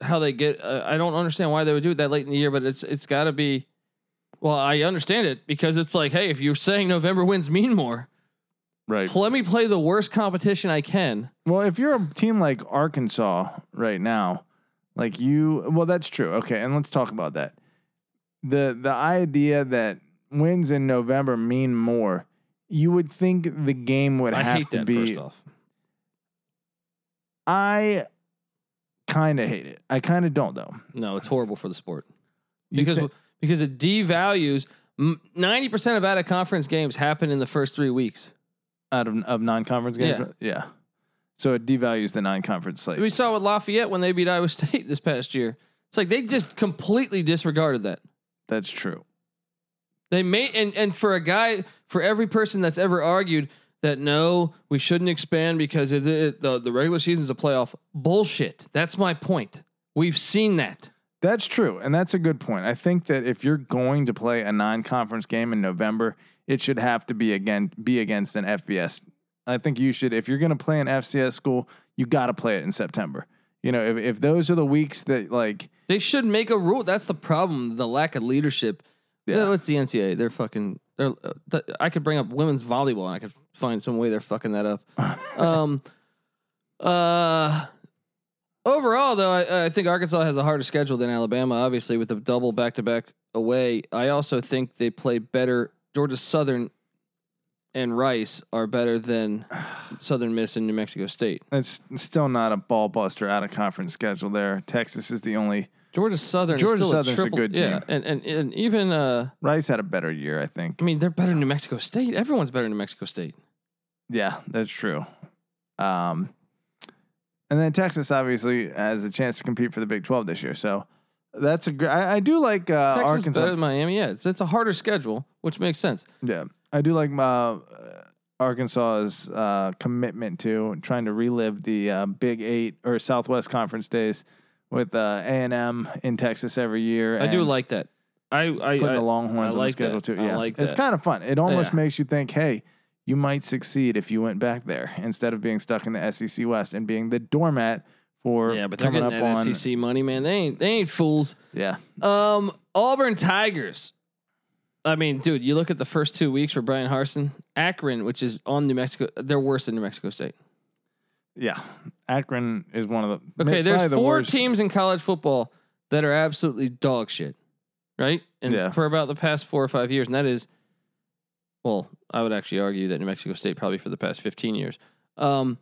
S1: how they get. Uh, I don't understand why they would do it that late in the year, but it's it's got to be. Well, I understand it because it's like, hey, if you're saying November wins mean more,
S2: right?
S1: let me play the worst competition I can.
S2: Well, if you're a team like Arkansas right now, like you, well, that's true. Okay, and let's talk about that. the The idea that wins in November mean more, you would think the game would
S1: I
S2: have
S1: hate
S2: to
S1: that.
S2: be
S1: first off,
S2: I kind of hate it. I kind of don't though.
S1: no, it's horrible for the sport
S2: You
S1: because
S2: thi-
S1: because it devalues ninety percent of out of conference games happen in the first three weeks.
S2: out of, of non-conference games, yeah. So it devalues the non-conference slate.
S1: We saw with Lafayette when they beat Iowa (laughs) State this past year. It's like they just completely disregarded that.
S2: That's true.
S1: They may and and for a guy for every person that's ever argued that no, we shouldn't expand because it, it- the the regular season's a playoff bullshit. That's my point. We've seen that.
S2: That's true, and that's a good point. I think that if you're going to play a non-conference game in November, it should have to be again be against an FBS. I think you should if you're going to play an FCS school, you got to play it in September. You know, if if those are the weeks that like
S1: They should make a rule. That's the problem. The lack of leadership.
S2: Yeah.
S1: Yeah. It's the NCAA. They're fucking. They're, uh, th- I could bring up women's volleyball and I could find some way they're fucking that up.
S2: (laughs)
S1: um. Uh. Overall, though, I, I think Arkansas has a harder schedule than Alabama. Obviously, with the double back-to-back away, I also think they play better. Georgia Southern and Rice are better than
S2: (sighs)
S1: Southern Miss and New Mexico State.
S2: it's still not a ball buster out of conference schedule there. Texas is the only
S1: Georgia Southern.
S2: Georgia
S1: is still
S2: Southern's a
S1: a, triple,
S2: good
S1: Yeah,
S2: team.
S1: and and and even uh.
S2: Rice had a better year, I think.
S1: I mean, they're better than New Mexico State. Everyone's better than New Mexico State.
S2: Yeah, that's true. Um, and then Texas obviously has a chance to compete for the Big Twelve this year. So that's a great. I, I do like uh,
S1: Texas is
S2: Arkansas.
S1: better than Miami. Yeah, it's, it's a harder schedule, which makes sense.
S2: Yeah, I do like uh, Arkansas's uh, commitment to trying to relive the uh, Big Eight or Southwest Conference days with uh, A and M in Texas every year.
S1: I do
S2: and
S1: like that. I I,
S2: putting
S1: I
S2: the Longhorns on
S1: like
S2: the schedule
S1: that.
S2: too.
S1: I
S2: Yeah,
S1: like
S2: it's
S1: that.
S2: kind of fun. It almost
S1: Yeah.
S2: makes you think, hey. You might succeed if you went back there instead of being stuck in the SEC West and being the doormat for
S1: yeah, but they're
S2: coming
S1: getting E
S2: up
S1: that
S2: on
S1: SEC money, man. They ain't they ain't fools.
S2: yeah
S1: Um, Auburn Tigers. I mean, dude, you look at the first two weeks for Brian Harson, Akron, which is on New Mexico, they're worse than New Mexico State.
S2: yeah Akron is one of the
S1: Okay, there's
S2: probably the
S1: four
S2: worst.
S1: teams in college football that are absolutely dog shit, right? And
S2: Yeah.
S1: for about the past four or five years, and that is, well, I would actually argue that New Mexico State probably for the past 15 years. Um,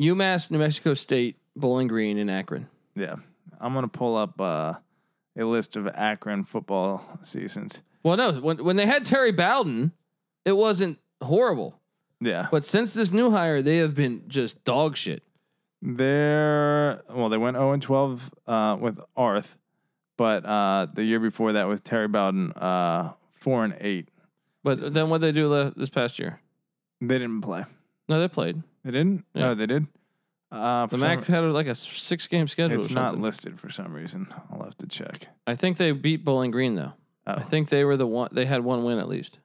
S1: UMass, New Mexico State, Bowling Green, and Akron.
S2: Yeah. I'm going to pull up uh, a list of Akron football seasons.
S1: Well, no, when when they had Terry Bowden, it wasn't horrible.
S2: Yeah.
S1: But since this new hire, they have been just dog shit.
S2: They're, well, they went 0 and 12 uh, with Arth, but uh, the year before that with Terry Bowden, uh, 4 and 8.
S1: But then what they do le- this past year?
S2: They didn't play.
S1: No, they played.
S2: They didn't?
S1: Yeah.
S2: No, they did. Uh,
S1: The
S2: for
S1: MAC
S2: some-
S1: had like a six game schedule.
S2: it's
S1: or
S2: not
S1: something.
S2: listed for some reason. I'll have to check.
S1: I think they beat Bowling Green though.
S2: Oh,
S1: I think they were the one. They had one win at least.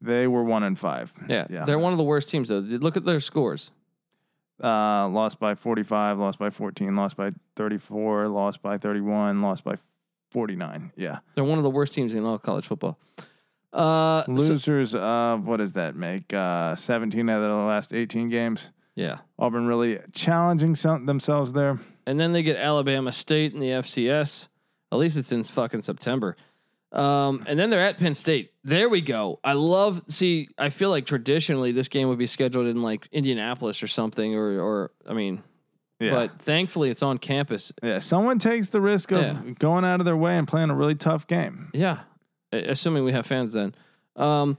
S2: they were 1 and 5.
S1: Yeah,
S2: Yeah.
S1: they're one of the worst teams though. Look at their scores.
S2: Uh, lost by 45, lost by 14, lost by 34, lost by 31, lost by 49. Yeah.
S1: They're one of the worst teams in all college football. Uh, so-
S2: Losers of what does that make? Uh, 17 out of the last 18 games.
S1: yeah,
S2: Auburn really challenging some, themselves there.
S1: and then they get Alabama State in the FCS. At least it's in fucking September. Um, and then they're at Penn State. There we go. I love. See, I feel like traditionally this game would be scheduled in like Indianapolis or something, or or I mean,
S2: Yeah.
S1: but thankfully it's on campus.
S2: yeah. Someone takes the risk of
S1: Yeah.
S2: going out of their way and playing a really tough game.
S1: Yeah, A- assuming we have fans then. Um,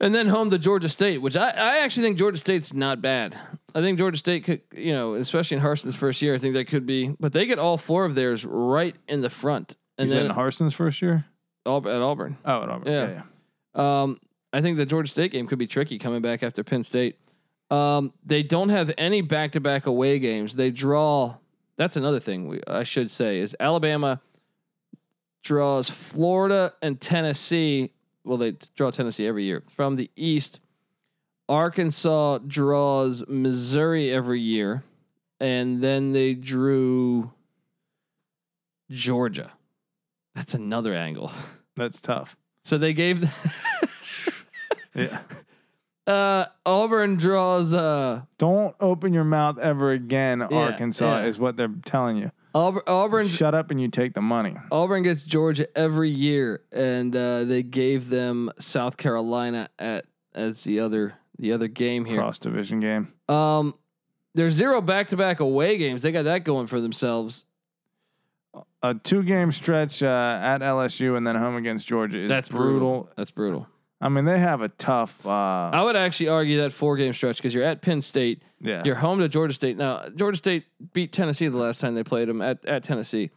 S1: and then home to Georgia State, which I, I actually think Georgia State's not bad. I think Georgia State could, you know, especially in Harson's first year, I think they could be, but they get all four of theirs right in the front,
S2: And
S1: and
S2: He's in
S1: then
S2: Harson's first year.
S1: Aub- at Auburn.
S2: Oh, at Auburn.
S1: Yeah. Um, I think the Georgia State game could be tricky coming back after Penn State. Um, they don't have any back-to-back away games. They draw. That's another thing we, I should say is Alabama draws Florida and Tennessee. Well, they draw Tennessee every year from the East. Arkansas draws Missouri every year, and then they drew Georgia. That's another angle. (laughs)
S2: That's tough.
S1: So they gave.
S2: Yeah.
S1: Uh, Auburn draws. Uh,
S2: Don't open your mouth ever again, Arkansas,
S1: yeah.
S2: is what they're telling you.
S1: Auburn. Auburn.
S2: Shut up and you take the money.
S1: Auburn gets Georgia every year, and uh, they gave them South Carolina at as the other the other game here.
S2: Cross division game.
S1: Um, there's zero back to back away games. They got that going for themselves.
S2: A two game stretch uh, at LSU and then home against Georgia is
S1: That's brutal. That's brutal.
S2: I mean, they have a tough. Uh,
S1: I would actually argue that four game stretch because you're at Penn State,
S2: yeah,
S1: you're home to Georgia State. Now Georgia State beat Tennessee the last time they played them at at Tennessee.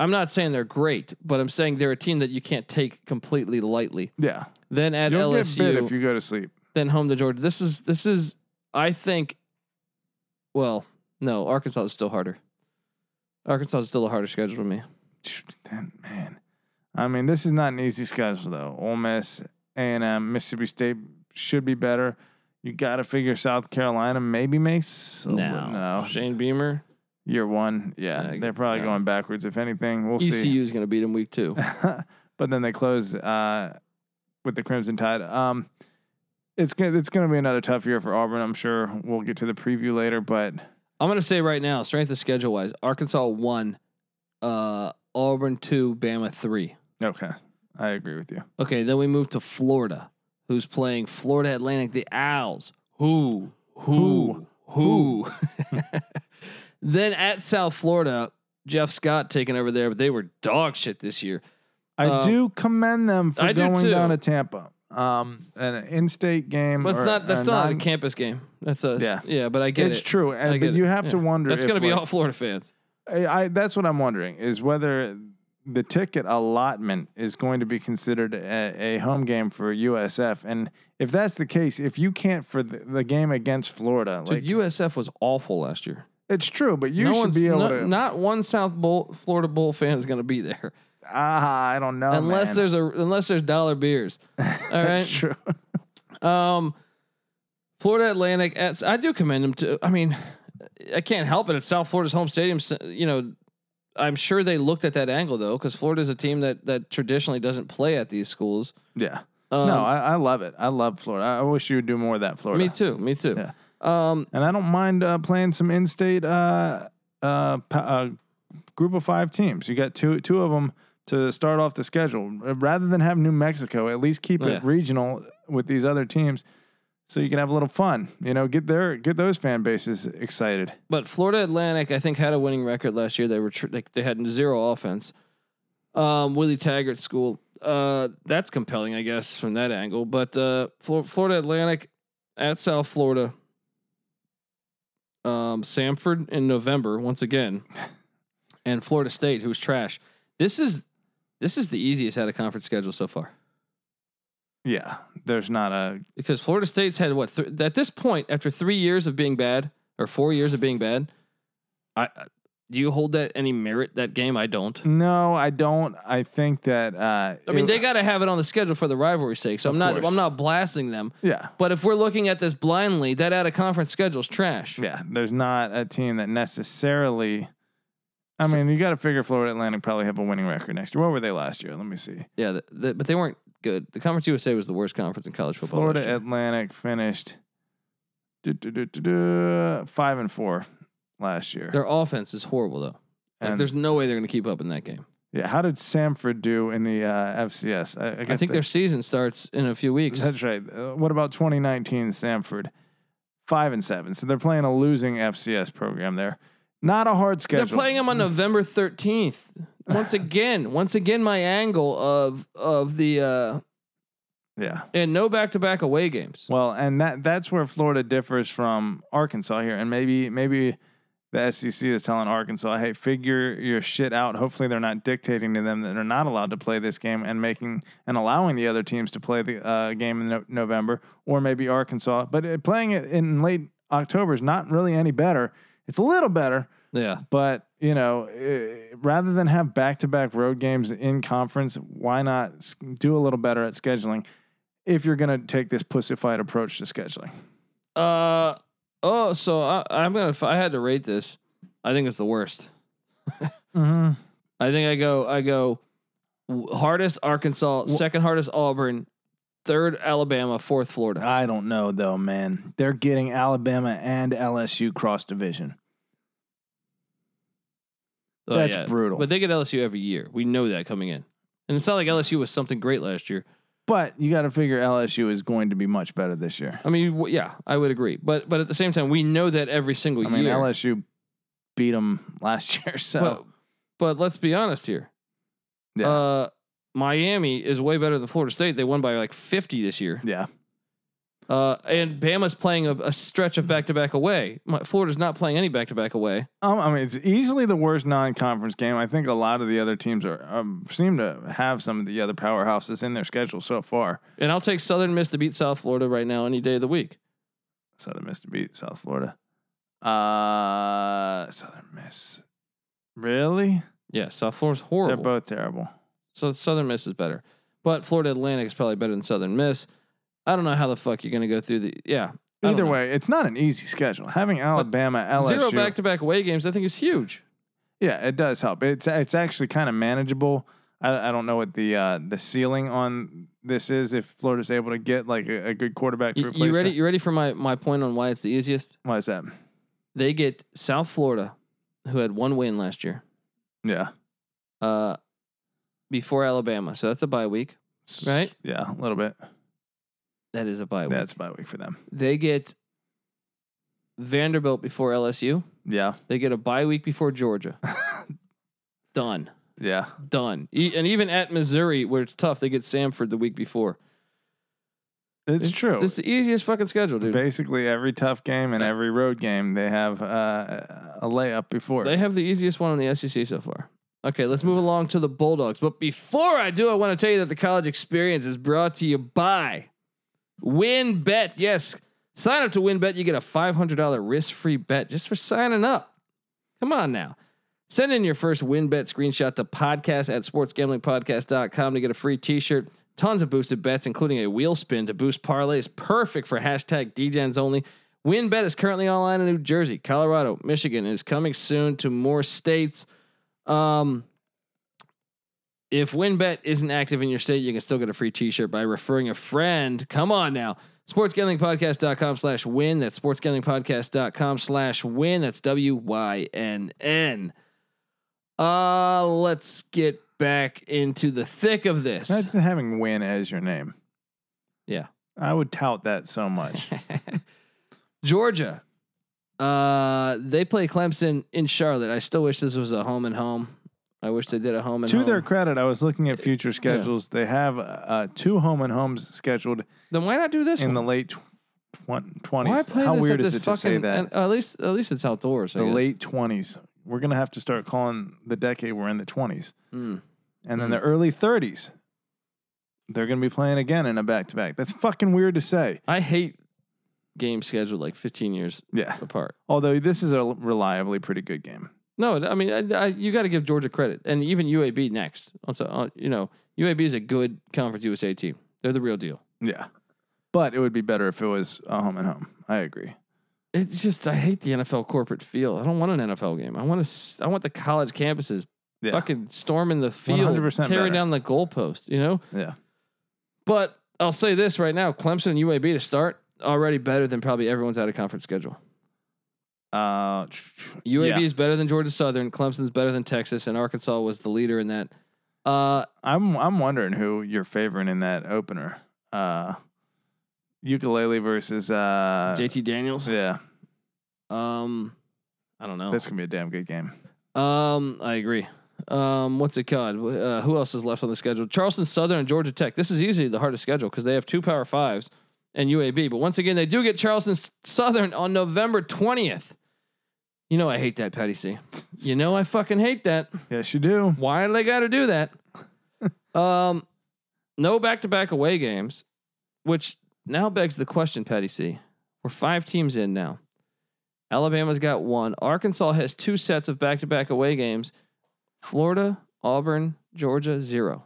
S1: I'm not saying they're great, but I'm saying they're a team that you can't take completely lightly.
S2: yeah.
S1: then at
S2: You'll get bit
S1: LSU,
S2: if you go to sleep.
S1: then home to Georgia. This is this is I think. Well, no, Arkansas is still harder. Arkansas is still a harder schedule for me.
S2: Then, man, I mean, this is not an easy schedule though. Ole Miss and um, Mississippi State should be better. You got to figure South Carolina maybe makes a li- no
S1: Shane Beamer,
S2: year one. Yeah,
S1: Yeah,
S2: they're probably
S1: yeah.
S2: going backwards. If anything, we'll see.
S1: ECU E is going to beat him week
S2: (laughs)
S1: two.
S2: but then they close uh, with the Crimson Tide. Um, it's gonna it's gonna be another tough year for Auburn. I'm sure we'll get to the preview later, but
S1: I'm going to say right now, strength of schedule wise, Arkansas one, uh, Auburn two, Bama three.
S2: okay, I agree with you.
S1: Okay, then we move to Florida, who's playing Florida Atlantic, the Owls. Who? Who? Who? (laughs) then at South Florida, Jeff Scott taking over there, but they were dog shit this year.
S2: I
S1: Um,
S2: do commend them for
S1: I do
S2: going
S1: too.
S2: down to Tampa. Um, an in-state game.
S1: But it's
S2: or
S1: not. That's
S2: a
S1: not
S2: non-
S1: a campus game. That's a
S2: Yeah.
S1: yeah. But I get
S2: it's
S1: it.
S2: true,
S1: I
S2: and
S1: get
S2: but
S1: it.
S2: you have to
S1: Yeah.
S2: wonder.
S1: That's
S2: if,
S1: gonna be
S2: like-
S1: all Florida fans.
S2: I, I that's what I'm wondering is whether the ticket allotment is going to be considered a, a home game for USF, and if that's the case, if you can't for the, the game against Florida, like
S1: Dude, USF was awful last year.
S2: it's true, but you
S1: no
S2: should
S1: one's,
S2: be able
S1: no-
S2: to.
S1: Not one South Bowl, Florida Bowl fan is going to be there
S2: Ah, I don't know.
S1: unless
S2: man.
S1: there's a unless there's dollar
S2: (laughs)
S1: beers. All
S2: That's
S1: right.
S2: true.
S1: Um, Florida Atlantic. At, I do commend them to. I mean, I can't help it. It's South Florida's home stadium. s- You know, I'm sure they looked at that angle though, because Florida's a team that that traditionally doesn't play at these schools.
S2: Yeah.
S1: Um,
S2: no, I, I love it. I love Florida. I I wish you would do more of that, Florida.
S1: me too. Me too.
S2: Yeah.
S1: Um,
S2: And I don't mind uh, playing some in-state uh, uh, pa- uh, group of five teams. You got two two of them to start off the schedule. Uh, Rather than have New Mexico, at least keep
S1: Yeah.
S2: it regional with these other teams, so you can have a little fun. You know, get their get those fan bases excited.
S1: But Florida Atlantic, I think, had a winning record last year. They were tr- like they had zero offense. Um, Willie Taggart School, uh, that's compelling, I guess, from that angle. But uh, Flor- Florida Atlantic at South Florida, um, Samford in November once again, and Florida State, who's trash. This is this is the easiest out of conference schedule so far
S2: Yeah, there's not a
S1: because Florida State's had what th- at this point after three years of being bad or four years of being bad. I I- do you hold that any merit that game? I don't.
S2: no. I don't. I think that. Uh,
S1: I mean,
S2: it-
S1: they got to have it on the schedule for the rivalry's sake. So
S2: Of
S1: I'm not
S2: course.
S1: I'm not blasting them.
S2: Yeah,
S1: But if we're looking at this blindly, that out of conference schedule's trash.
S2: yeah. There's not a team that necessarily. I mean, you got to figure Florida Atlantic probably have a winning record next year. What were they last year? Let me see.
S1: Yeah, th- th- but they weren't good. The Conference USA was the worst conference in college football. last
S2: Florida
S1: year.
S2: Atlantic finished du- du- du- du- du, five and four last year.
S1: their offense is horrible though. Like,
S2: And-
S1: there's no way they're going to keep up in that game.
S2: yeah, how did Samford do in the uh, FCS? I,
S1: I think their season starts in a few weeks.
S2: That's right. Uh, what about 2019 Samford? Five and seven. So they're playing a losing FCS program there. Not a hard schedule.
S1: They're playing them on November 13th.
S2: (sighs)
S1: Once again, once again, my angle of of the uh
S2: Yeah.
S1: and no back to back away games.
S2: Well, and that that's where Florida differs from Arkansas here, and maybe maybe the SEC is telling Arkansas, "Hey, figure your shit out." Hopefully, they're not dictating to them that they're not allowed to play this game and making and allowing the other teams to play the uh, game in no- November, or maybe Arkansas. But uh, playing it in late October is not really any better. It's a little better,
S1: Yeah,
S2: but you know, eh, rather than have back-to-back road games in conference, why not s- do a little better at scheduling? If you're going to take this pussified approach to scheduling,
S1: Uh oh, so I, I'm gonna. If I had to rate this, I think it's the worst.
S2: mm-hmm.
S1: I think I go. I go w- hardest Arkansas, second hardest Auburn, third Alabama, fourth Florida.
S2: I don't know though, man. They're getting Alabama and LSU cross division.
S1: Oh,
S2: That's
S1: yeah.
S2: brutal.
S1: But they get LSU every year. We know that coming in, and it's not like LSU was something great last year.
S2: But you got to figure LSU is going to be much better this year.
S1: I mean, w- yeah, I would agree. But but at the same time, we know that every single
S2: I mean,
S1: year.
S2: LSU beat them last (laughs) year, so
S1: but, but let's be honest here.
S2: yeah,
S1: Uh, Miami is way better than Florida State. They won by like 50 this year.
S2: yeah.
S1: Uh, and Bama's playing a, a stretch of back to back away. My, Florida's not playing any back to back away.
S2: Um, I mean, it's easily the worst non-conference game. I think a lot of the other teams are um, seem to have some of the other powerhouses in their schedule so far.
S1: And I'll take Southern Miss to beat South Florida right now any day of the week.
S2: Southern Miss to beat South Florida. Uh, Southern Miss. Really?
S1: Yeah, South Florida's
S2: They're
S1: horrible.
S2: both terrible.
S1: so Southern Miss is better. But Florida Atlantic is probably better than Southern Miss. I don't know how the fuck you're going to go through the. Yeah. I don't
S2: Either
S1: know.
S2: way, it's not an easy schedule. Having Alabama, LSU,
S1: Zero back to back away games, I think is huge.
S2: yeah, it does help. It's it's actually kind of manageable. I, I don't know what the uh, the ceiling on this is if Florida's able to get like a, a good quarterback to
S1: You,
S2: replace.
S1: you ready?
S2: them.
S1: You ready for my, my point on why it's the easiest?
S2: Why is that?
S1: They get South Florida, who had one win last year,
S2: Yeah,
S1: uh, before Alabama. So that's a bye week. Right?
S2: Yeah, a little bit.
S1: That is a bye week.
S2: That's bye week for them.
S1: they get Vanderbilt before LSU.
S2: Yeah,
S1: They get a bye week before Georgia. done,
S2: yeah.
S1: done. E- and even at Missouri, where it's tough, they get Samford the week before.
S2: It's true.
S1: It's the easiest fucking schedule, dude.
S2: Basically, every tough game and every road game, they have uh, a layup before.
S1: They have the easiest one in the SEC so far. Okay, let's move along to the Bulldogs. But before I do, I want to tell you that the college experience is brought to you by WinBet. Yes, sign up to WinBet. You get a $500 risk free bet just for signing up. Come on now. Send in your first WinBet screenshot to podcast at sportsgamblingpodcast.com to get a free t shirt. Tons of boosted bets, including a wheel spin to boost parlays. Perfect for hashtag DGens only. WinBet is currently online in New Jersey, Colorado, Michigan, and is coming soon to more states. Um, if WinBet isn't active in your state, you can still get a free T-shirt by referring a friend. Come on now, sportsgamblingpodcast.com slash win. That's sportsgamblingpodcast.com slash win. That's W Y N N. Uh, let's get back into the thick of this.
S2: Imagine having Win as your name.
S1: Yeah.
S2: I would tout that
S1: (laughs)
S2: so much.
S1: Georgia. Uh, they play Clemson in Charlotte. I still wish this was a home and home. I wish they did a home and
S2: to
S1: home.
S2: their credit, I was looking at future schedules. They have uh, two home and homes scheduled
S1: then why not do this
S2: in
S1: one?
S2: the late twenties.
S1: Why play
S2: How
S1: this at
S2: weird is
S1: this
S2: it to say
S1: fucking-
S2: that?
S1: and uh, At least, at least it's outdoors. I
S2: the
S1: guess.
S2: late twenties. We're gonna have to start calling the decade we're in the twenties,
S1: Mm.
S2: and then the early thirties. They're gonna be playing again in a back to back. That's fucking weird to say.
S1: I hate games scheduled like 15 years
S2: Yeah.
S1: apart.
S2: Although this is a reliably pretty good game.
S1: No, I mean, I, I, you got to give Georgia credit, and even UAB next. Also, uh, you know, UAB is a good Conference USA team. They're the real deal.
S2: Yeah. But it would be better if it was a home and home. I agree.
S1: It's just I hate the NFL corporate feel. I don't want an NFL game. I want to. I want the college campuses
S2: Yeah.
S1: fucking storming the field,
S2: 100%
S1: tearing
S2: better.
S1: down the goalpost. You know.
S2: Yeah.
S1: But I'll say this right now: Clemson and UAB to start already better than probably everyone's out of conference schedule.
S2: Uh, tch, tch.
S1: UAB
S2: Yeah.
S1: is better than Georgia Southern. Clemson's better than Texas, and Arkansas was the leader in that. Uh,
S2: I'm I'm wondering who you're favoring in that opener. Uh, ukulele versus uh,
S1: JT Daniels.
S2: Yeah,
S1: Um, I don't know.
S2: that's gonna be a damn good game.
S1: Um, I agree. Um, what's it called? Uh, who else is left on the schedule? Charleston Southern and Georgia Tech. This is easily the hardest schedule because they have two Power Fives and UAB. But once again, they do get Charleston S- Southern on November twentieth. You know I hate that, Patty C. You know I fucking hate that.
S2: Yes, you do.
S1: Why do they got to do that? um, no back to back away games, which now begs the question, Patty C. We're five teams in now. Alabama's got one. Arkansas has two sets of back to back away games. Florida, Auburn, Georgia, zero.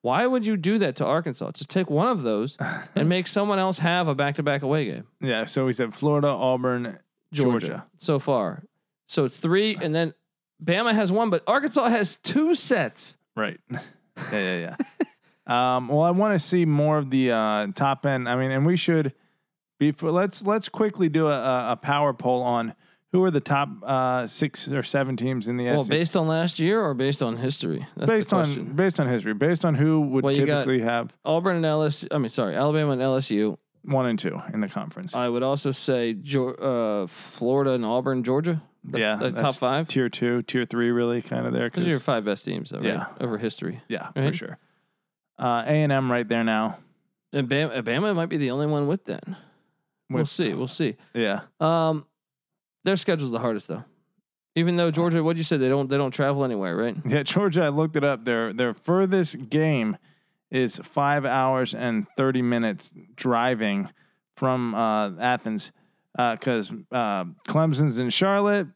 S1: Why would you do that to Arkansas? Just take one of those and make someone else have a back to back away game.
S2: Yeah, so we said Florida, Auburn,
S1: Georgia,
S2: Georgia.
S1: so far. So it's three, and then Bama has one, but Arkansas has two sets.
S2: (laughs) Right. Yeah, yeah, yeah. (laughs) um, well, I want to see more of the uh, top end. I mean, and we should before let's let's quickly do a- a, a power poll on who are the top uh, six or seven teams in the
S1: Well,
S2: SEC.
S1: based on last year or based on history? That's
S2: based
S1: the question.
S2: on based on history, based on who would
S1: Well, you got-
S2: typically have
S1: Auburn and LSU. I mean, sorry, Alabama and LSU.
S2: one and two in the conference.
S1: I would also say Geor- uh, Florida and Auburn, Georgia. That's
S2: Yeah,
S1: the top
S2: that's
S1: five.
S2: tier two, tier three, really kind of there.
S1: Those are your
S2: 'cause-
S1: five best teams, though, right?
S2: Yeah.
S1: over history.
S2: yeah, for
S1: right?
S2: sure. Uh, A and M right there now.
S1: And Bama, Bama might be the only one with that. we'll
S2: With-
S1: see. We'll see.
S2: Yeah,
S1: Um, their schedule's the hardest though. Even though Georgia, what you said, they don't they don't travel anywhere, right?
S2: yeah. Georgia, I looked it up. Their their furthest game is five hours and thirty minutes driving from uh, Athens, because uh, Clemson's in Charlotte,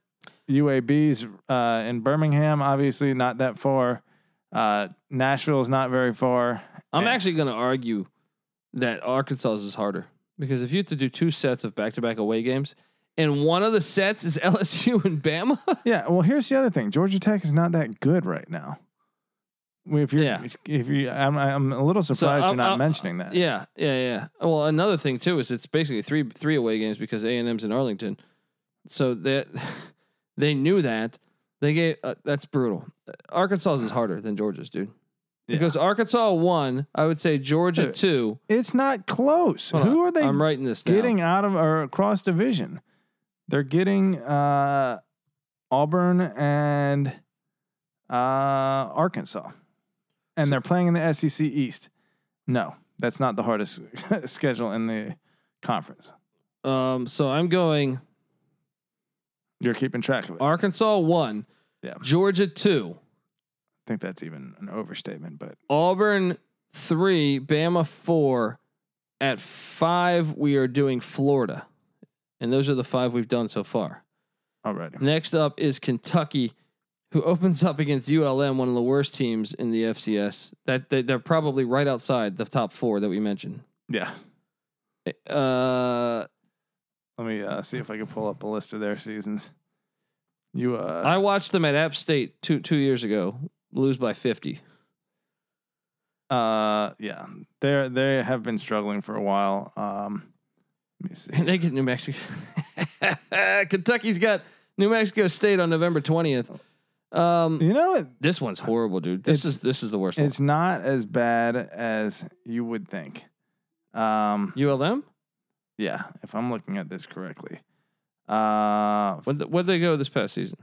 S2: UAB's uh, in Birmingham. Obviously, not that far. Uh, Nashville's not very far.
S1: (laughs) I'm
S2: Yeah.
S1: actually going to argue that Arkansas is harder because if you have to do two sets of back-to-back away games, and one of the sets is (laughs) LSU and Bama,
S2: Yeah. Well, here's the other thing. Georgia Tech is not that good right now. If you're,
S1: Yeah.
S2: if, if you, I'm, I'm a little surprised
S1: I'll-
S2: you're not
S1: I'll-
S2: mentioning that.
S1: yeah, yeah, yeah. Well, another thing too is it's basically three three away games because A and M's in Arlington, so that (laughs) they knew that they gave uh, that's brutal. Arkansas is harder than Georgia's, dude.
S2: Yeah.
S1: Because Arkansas won, I would say Georgia
S2: Dude,
S1: two.
S2: It's not close.
S1: Hold
S2: Who
S1: on,
S2: are they
S1: I'm writing this down.
S2: getting out of or across division? They're getting uh, Auburn and uh, Arkansas, and
S1: So-
S2: they're playing in the SEC East. E No, That's not the hardest (laughs) schedule in the conference.
S1: Um, so I'm going
S2: You're keeping track of it. I
S1: Arkansas one,
S2: Yeah.
S1: Georgia two,
S2: think that's even an overstatement, but
S1: Auburn three, Bama four. At five, we are doing Florida, and those are the five we've done so far.
S2: already.
S1: Next up is Kentucky, who opens up against ULM, one of the worst teams in the FCS. That they, they're probably right outside the top four that we mentioned.
S2: Yeah.
S1: Uh,
S2: Let me uh, see if I can pull up a list of their seasons. You uh
S1: I watched them at App State two two years ago lose by fifty. (laughs)
S2: uh yeah. They they have been struggling for a while. Um let me see.
S1: And they get New Mexico. (laughs) Kentucky's got New Mexico State on November twentieth. Um,
S2: You know, it,
S1: this one's horrible, dude. This
S2: It's-
S1: is this is the worst
S2: it's not as bad as you would think. Um
S1: one. ULM?
S2: yeah, if I'm looking at this correctly. Uh
S1: What what did they go this past season?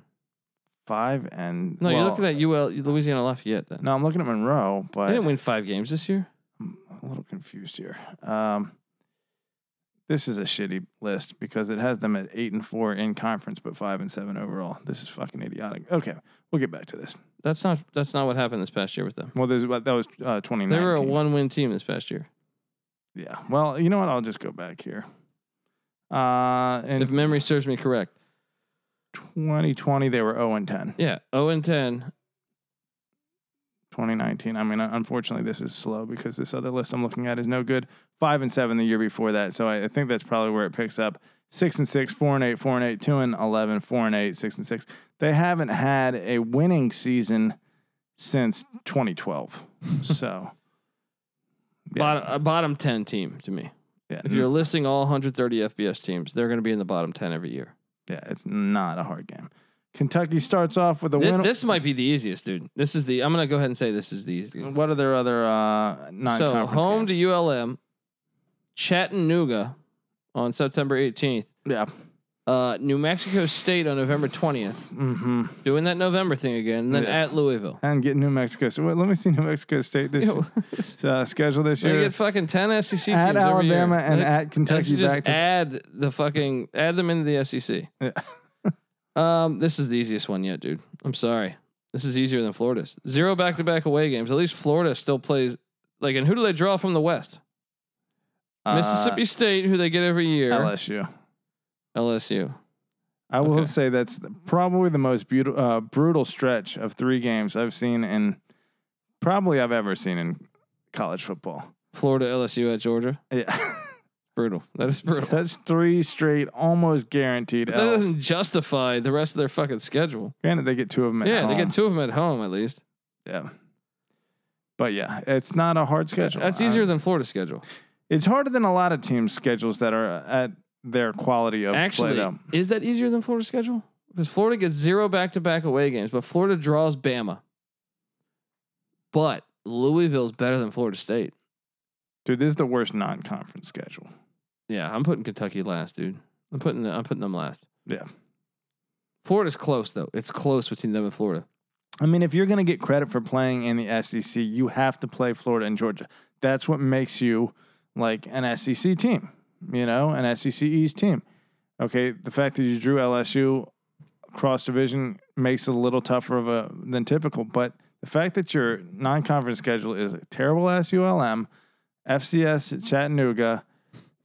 S2: five and
S1: No,
S2: well,
S1: you're looking at UL Louisiana Lafayette. Then
S2: No, I'm looking at Monroe, but
S1: they didn't win five games this year.
S2: I'm a little confused here. Um, this is a shitty list because it has them at eight and four in conference, but five and seven overall. This is fucking idiotic. Okay, we'll get back to this.
S1: That's not that's not what happened this past year with them.
S2: Well, there's that was uh, twenty
S1: They
S2: nine.
S1: were a one win team this past year,
S2: Yeah. Well, you know what? I'll just go back here. Uh, in
S1: if memory serves me correct.
S2: 2020, they were 0 and 10.
S1: Yeah, zero and ten.
S2: 2019. I mean, uh, unfortunately, this is slow because this other list I'm looking at is no good. Five and seven the year before that, so I, I think that's probably where it picks up. Six and six, four and eight, four and eight, two and eleven, four and eight, six and six. They haven't had a winning season since
S1: (laughs)
S2: 2012. so, yeah, Mm-hmm.
S1: Bottom a bottom ten team to me.
S2: yeah,
S1: If you're listing all 130 FBS teams, they're going to be in the bottom 10 every year.
S2: yeah, it's not a hard game. Kentucky starts off with a
S1: Th-
S2: win.
S1: this might be the easiest, dude. This is the. I'm gonna go ahead and say this is the easiest.
S2: what are their other uh,
S1: so
S2: non-conference
S1: home
S2: games?
S1: to ULM, Chattanooga, on September 18th.
S2: yeah.
S1: Uh, New Mexico State on November 20th.
S2: Mm-hmm.
S1: Doing that November thing again. And then
S2: Yeah.
S1: at Louisville.
S2: And get New Mexico. So wait, let me see New Mexico State this
S1: (laughs) Yo,
S2: uh, schedule this
S1: they
S2: year.
S1: get fucking 10 SEC teams
S2: at
S1: every
S2: Alabama
S1: year.
S2: and
S1: Like,
S2: at
S1: I
S2: Kentucky
S1: should just
S2: back to
S1: add the fucking add them into the SEC.
S2: Yeah. (laughs)
S1: um, this is the easiest one yet, dude. I'm sorry. This is easier than Florida's. Zero back to back away games. At least Florida still plays like and who do they draw from the West?
S2: uh,
S1: Mississippi State, who they get every year.
S2: LSU.
S1: LSU.
S2: I will
S1: Okay.
S2: say that's the- probably the most beautiful, uh, brutal stretch of three games I've seen in probably I've ever seen in college football.
S1: Florida, LSU at Georgia.
S2: Yeah, (laughs)
S1: Brutal. That is brutal.
S2: that's three straight, almost guaranteed.
S1: But that
S2: L's.
S1: doesn't justify the rest of their fucking schedule.
S2: Granted, they get two of them. At
S1: yeah, they
S2: home.
S1: get two of them at home at least.
S2: Yeah, but yeah, it's not a hard schedule.
S1: That's
S2: I-
S1: easier than Florida's schedule.
S2: it's harder than a lot of teams' schedules that are at their quality of
S1: Actually,
S2: play. Though.
S1: is that easier than Florida's schedule? Because Florida gets zero back to back away games, but Florida draws Bama. But Louisville's better than Florida State.
S2: Dude, this is the worst non-conference schedule.
S1: Yeah, I'm putting Kentucky last, dude. I'm putting I'm putting them last.
S2: Yeah.
S1: Florida's close though. It's close between them and Florida.
S2: I mean, if you're going to get credit for playing in the SEC, you have to play Florida and Georgia. That's what makes you like an SEC team, you know, an SEC East team. Okay, the fact that you drew LSU cross division makes it a little tougher of a than typical, but the fact that your non-conference schedule is terrible as ULM, FCS at Chattanooga,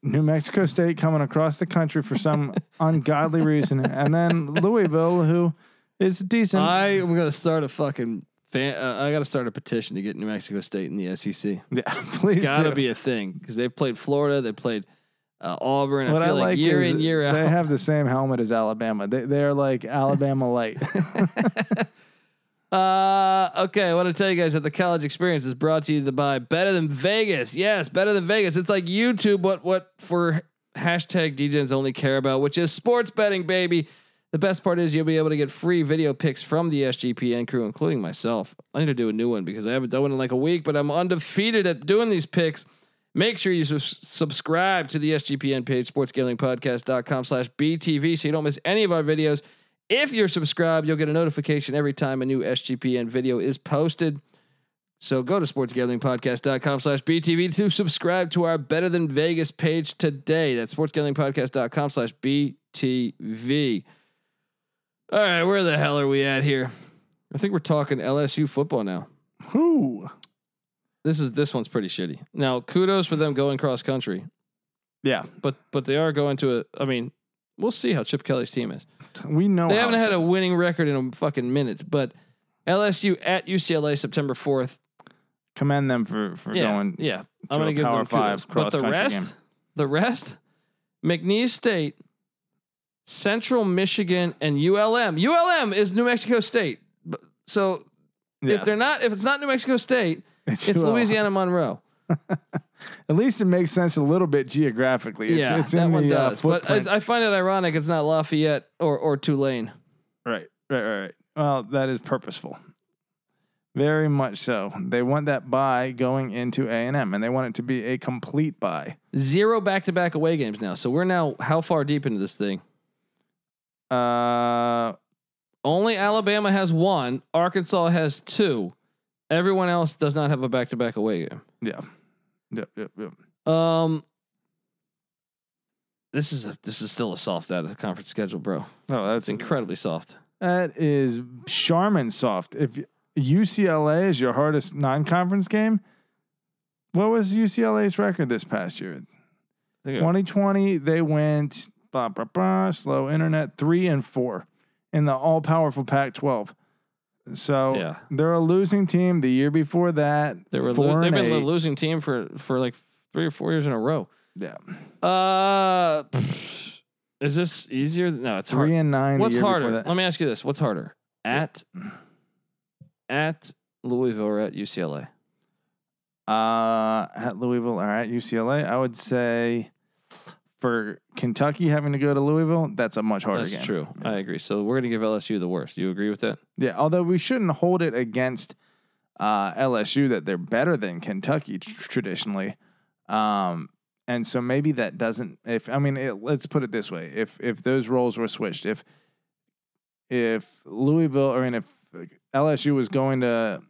S2: New Mexico State coming across the country for some ungodly reason, and then Louisville, who is decent.
S1: I am gonna start a fucking fan. Uh, I gotta start a petition to get New Mexico State in the E SEC.
S2: Yeah, (laughs) please.
S1: It's gotta
S2: do.
S1: be a thing because they've played Florida, they played uh, Auburn.
S2: What
S1: I
S2: I
S1: feel like,
S2: like
S1: year
S2: is
S1: in year out.
S2: they have the same helmet as Alabama. They they are like
S1: (laughs)
S2: Alabama light.
S1: Uh, okay, I want to tell you guys that the college experience is brought to you by Better Than Vegas. Yes, Better Than Vegas. It's like YouTube, what what for hashtag DJs only care about, which is sports betting, baby. The best part is you'll be able to get free video picks from the SGPN crew, including myself. I need to do a new one because I haven't done one in like a week, but I'm undefeated at doing these picks. Make sure you subs subscribe to the SGPN page, sportsgamblingpodcast.com slash BTV, so you don't miss any of our videos. If you're subscribed, you'll get a notification every time a new SGPN video is posted. So go to sportsgamblingpodcast.com slash BTV to subscribe to our Better Than Vegas page today. That's sportsgamblingpodcast.com slash BTV. All right, where the hell are we at here? I think we're talking LSU football now.
S2: Who?
S1: This is this one's pretty shitty. Now, kudos for them going cross country,
S2: Yeah,
S1: but but they are going to a I mean, we'll see how Chip Kelly's team is.
S2: we know
S1: They
S2: Oh, how
S1: haven't
S2: it's
S1: had a
S2: done.
S1: winning record in a fucking minute, but LSU at UCLA September 4th.
S2: commend them for for
S1: yeah,
S2: going.
S1: yeah.
S2: to
S1: I'm
S2: a
S1: going to give
S2: Power
S1: them kudos.
S2: Five
S1: But the
S2: cross-country
S1: rest, the rest, McNeese State, Central Michigan, and ULM. ULM is New Mexico State. But- So
S2: Yeah,
S1: if they're not, if it's not New Mexico State, it's
S2: well,
S1: Louisiana Monroe.
S2: At least it makes sense a little bit geographically. It's,
S1: yeah,
S2: it's
S1: that
S2: in
S1: one
S2: the,
S1: does.
S2: Uh,
S1: but
S2: footprint.
S1: I, I find it ironic. It's not Lafayette or or Tulane.
S2: Right, right, right, right. Well, that is purposeful. Very much so. They want that buy going into A and M, and they want it to be a complete buy.
S1: Zero back to back away games now. So we're now how far deep into this thing?
S2: Uh,
S1: Only Alabama has one. Arkansas has two. Everyone else does not have a back to back away game.
S2: yeah, yep, yep, yep.
S1: Um, this is a this is still a soft out of the conference schedule, bro.
S2: Oh,
S1: It's
S2: that's
S1: incredibly soft.
S2: that is Charmin soft. If UCLA is your hardest non-conference game, what was UCLA's record this past year? 2020, they went bah, bah, bah, slow internet three and four in the all powerful Pac 12. So
S1: Yeah.
S2: they're a losing team. The year before that,
S1: They were
S2: four
S1: lo- they've
S2: and
S1: been a
S2: eight.
S1: losing team for for like three or four years in a row.
S2: yeah, (laughs)
S1: Uh, pfft, is this easier? No, it's
S2: three
S1: hard.
S2: and nine.
S1: What's
S2: the year
S1: harder?
S2: Before that.
S1: Let me ask you this: What's harder at at Louisville or at UCLA?
S2: Uh, at Louisville or at UCLA, I would say for Kentucky having to go to Louisville, that's a much harder
S1: That's
S2: game.
S1: true.
S2: Yeah.
S1: I agree. So we're gonna give LSU the worst. You agree with that?
S2: Yeah, although we shouldn't hold it against uh, LSU that they're better than Kentucky tr- traditionally, um, and so maybe that doesn't. If I mean, it, let's put it this way: if if those roles were switched, if if Louisville, I mean, if LSU was going to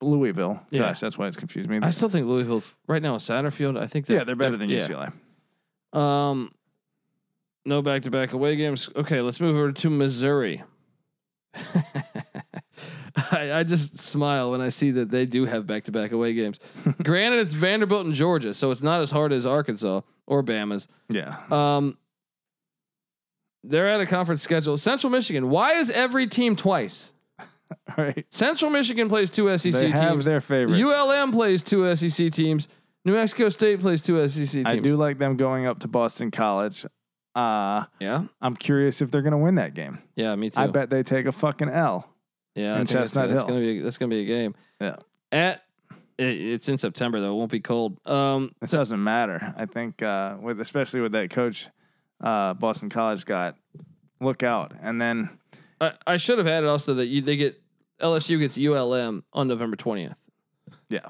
S2: Louisville,
S1: Yeah.
S2: gosh, that's why it's confused me.
S1: I still think Louisville f- right now is Satterfield. I think
S2: yeah, they're better than
S1: yeah.
S2: UCLA.
S1: Um, no back to back away games. Okay, let's move over to Missouri. (laughs) I, I just smile when I see that they do have back to back away games.
S2: (laughs)
S1: Granted, it's Vanderbilt and Georgia, so it's not as hard as Arkansas or Bama's.
S2: Yeah,
S1: Um, they're at a conference schedule. Central Michigan. Why is every team twice?
S2: all (laughs) right.
S1: Central Michigan plays two SEC
S2: They
S1: teams.
S2: have their favorites.
S1: ULM plays two SEC teams. New Mexico State plays two SEC teams.
S2: I do like them going up to Boston College. Uh,
S1: Yeah.
S2: I'm curious if they're going to win that game.
S1: Yeah, me too.
S2: I bet they take a fucking L.
S1: Yeah,
S2: in
S1: I think that's-
S2: Chestnut
S1: That's
S2: Hill.
S1: gonna be that's gonna be a game.
S2: Yeah.
S1: At it, it's in September though. It won't be cold. Um,
S2: It doesn't matter. I think uh, with especially with that coach uh, Boston College got, look out. And then
S1: I, I should have added also that you they get LSU gets ULM on November twentieth.
S2: yeah,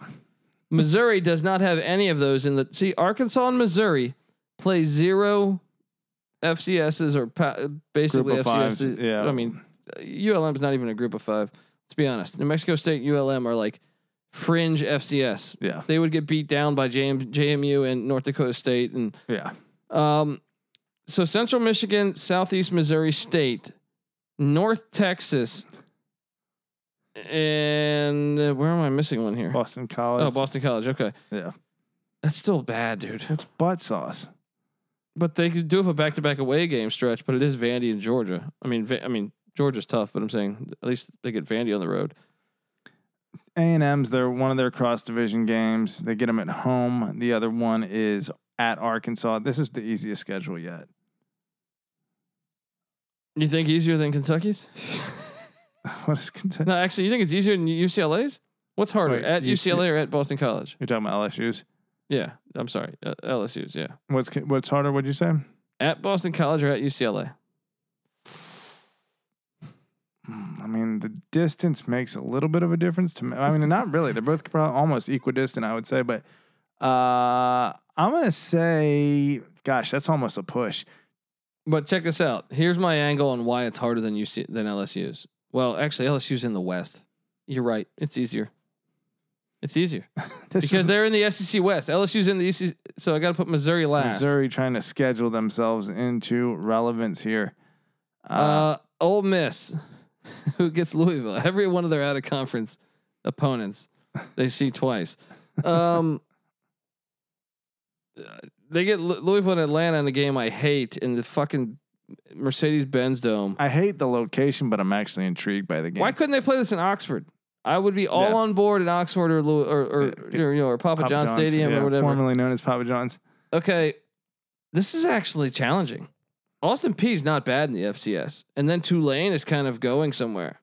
S1: Missouri does not have any of those in the see Arkansas and Missouri play zero FCSs or pa- basically
S2: Group of fives,
S1: FCSs.
S2: yeah.
S1: I mean uh, ULM's not even a group of five. Let's be honest. New Mexico State ULM are like fringe FCS.
S2: yeah,
S1: They would get beat down by JM, JMU and North Dakota State and
S2: yeah.
S1: Um, so Central Michigan, Southeast Missouri State, North Texas, and uh, where am I missing one here?
S2: Boston College.
S1: Oh, Boston College. Okay,
S2: Yeah,
S1: that's still bad, dude.
S2: it's butt sauce.
S1: But they could do have a back-to-back away game stretch. But it is Vandy and Georgia. I mean, Va- I mean Georgia's tough, but I'm saying at least they get Vandy on the road.
S2: A and M's. They're one of their cross division games. They get them at home. The other one is at Arkansas. This is the easiest schedule yet. (laughs)
S1: You think easier than
S2: (laughs)
S1: Kentucky's?
S2: what is Kentucky?
S1: no, actually, you think it's easier than UCLA's? What's harder,
S2: Wait,
S1: at
S2: UC
S1: UCLA or at Boston College?
S2: You're talking about LSU's.
S1: Yeah, I'm sorry, uh, LSU's. Yeah,
S2: What's what's harder? Would you say?
S1: at Boston College or at UCLA?
S2: Mm, I mean, the distance makes a little bit of a difference to me. I mean, not really. They're both probably almost equidistant, I would say. But uh, I'm gonna say, gosh, that's almost a push.
S1: But check this out. Here's my angle on why it's harder than UC than LSU's. Well, actually, LSU's in the West. You're right. It's easier. It's easier
S2: This
S1: because
S2: is
S1: they're in the SEC West. LSU's in the SEC, so I got to put Missouri last.
S2: Missouri trying to schedule themselves into relevance here.
S1: Uh,
S2: Ah.
S1: Ole Miss, (laughs) who gets Louisville. Every one of their out of conference opponents, they see twice. Um, (laughs) they get Lou- Louisville and Atlanta in a game I hate in the fucking Mercedes Benz Dome.
S2: I hate the location, but I'm actually intrigued by the game.
S1: Why couldn't they play this in Oxford? I would be all
S2: Yeah.
S1: on board in Oxford or Lou, or or,
S2: Yeah,
S1: you know, or Papa, John
S2: John's,
S1: Stadium
S2: yeah,
S1: or whatever.
S2: formerly known as Papa John's.
S1: okay, this is actually challenging. Austin P is not bad in the FCS, and then Tulane is kind of going somewhere.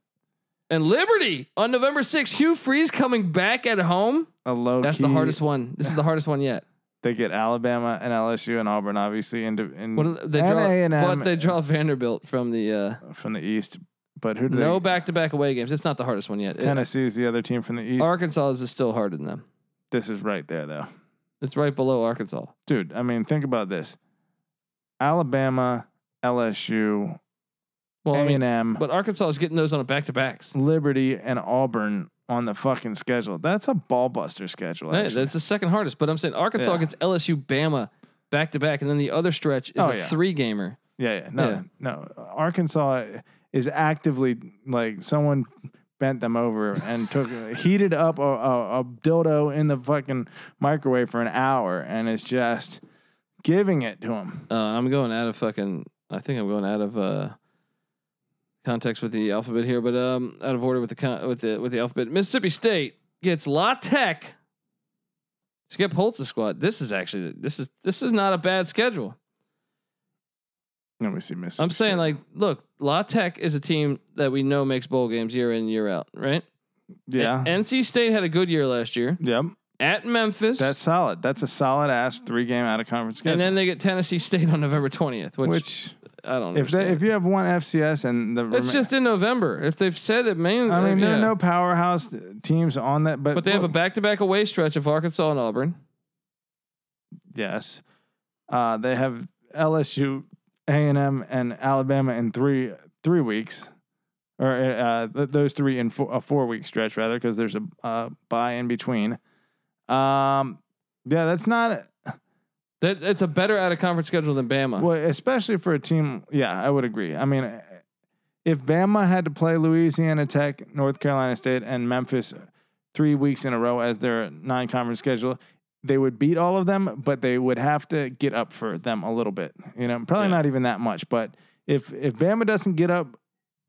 S1: And Liberty on November 6th, Hugh Freeze coming back at home.
S2: A low.
S1: That's the
S2: key-
S1: hardest one. This is the hardest one yet.
S2: They get Alabama and LSU and Auburn, obviously, into in,
S1: What are they
S2: And
S1: draw,
S2: A&M.
S1: but they draw Vanderbilt from the uh,
S2: from the East. But who do
S1: no
S2: they?
S1: back-to-back away games. It's not the hardest one yet. It-
S2: Tennessee is the other team from the East.
S1: Arkansas is still harder than them.
S2: this is right there, though,
S1: It's right below Arkansas.
S2: dude. I mean, think about this: Alabama, LSU,
S1: Well,
S2: A
S1: I mean,
S2: and M,
S1: but Arkansas is getting those on a back-to-backs.
S2: Liberty, and Auburn on the fucking schedule. That's a ball buster schedule.
S1: Hey,
S2: actually.
S1: that's the second hardest. But I'm saying Arkansas
S2: Yeah.
S1: gets LSU, Bama back to back, and then the other stretch is
S2: Oh,
S1: a
S2: yeah.
S1: three gamer.
S2: Yeah, yeah. No,
S1: Yeah.
S2: no. Arkansas is actively like someone bent them over and took (laughs) heated up a, a, a dildo in the fucking microwave for an hour and is just giving it to them.
S1: Uh, I'm going out of fucking. I think I'm going out of uh, context with the alphabet here, but um, out of order with the con- with the with the alphabet. Mississippi State gets La Tech. Skip Holtz squad. This is actually this is this is not a bad schedule.
S2: Let me see, Miss.
S1: I'm saying like, look, La Tech is a team that we know makes bowl games year in year out, right?
S2: yeah,
S1: And NC State had a good year last year
S2: yep.
S1: at Memphis.
S2: That's solid. That's a solid ass three game out of conference schedule.
S1: And then they get Tennessee State on November 20th, which,
S2: which,
S1: I don't
S2: if they,
S1: understand.
S2: if you have one FCS and the
S1: it's just in November. If they've said it, man.
S2: I mean, there
S1: yeah.
S2: are no powerhouse teams on that, but
S1: But they have a back to back away stretch of Arkansas and Auburn.
S2: Yes. Uh, they have LSU, A and M, and Alabama in three three weeks, or uh, th- those three in four, a four week stretch rather, because there's a uh, bye in between. Um, yeah, that's not
S1: That It's a better out of conference schedule than Bama.
S2: well, especially for a team. Yeah, I would agree. I mean, uh, if Bama had to play Louisiana Tech, North Carolina State, and Memphis three weeks in a row as their non-conference schedule, they would beat all of them, but they would have to get up for them a little bit. You know, probably
S1: Yeah.
S2: not even that much, but. If if Bama doesn't get up,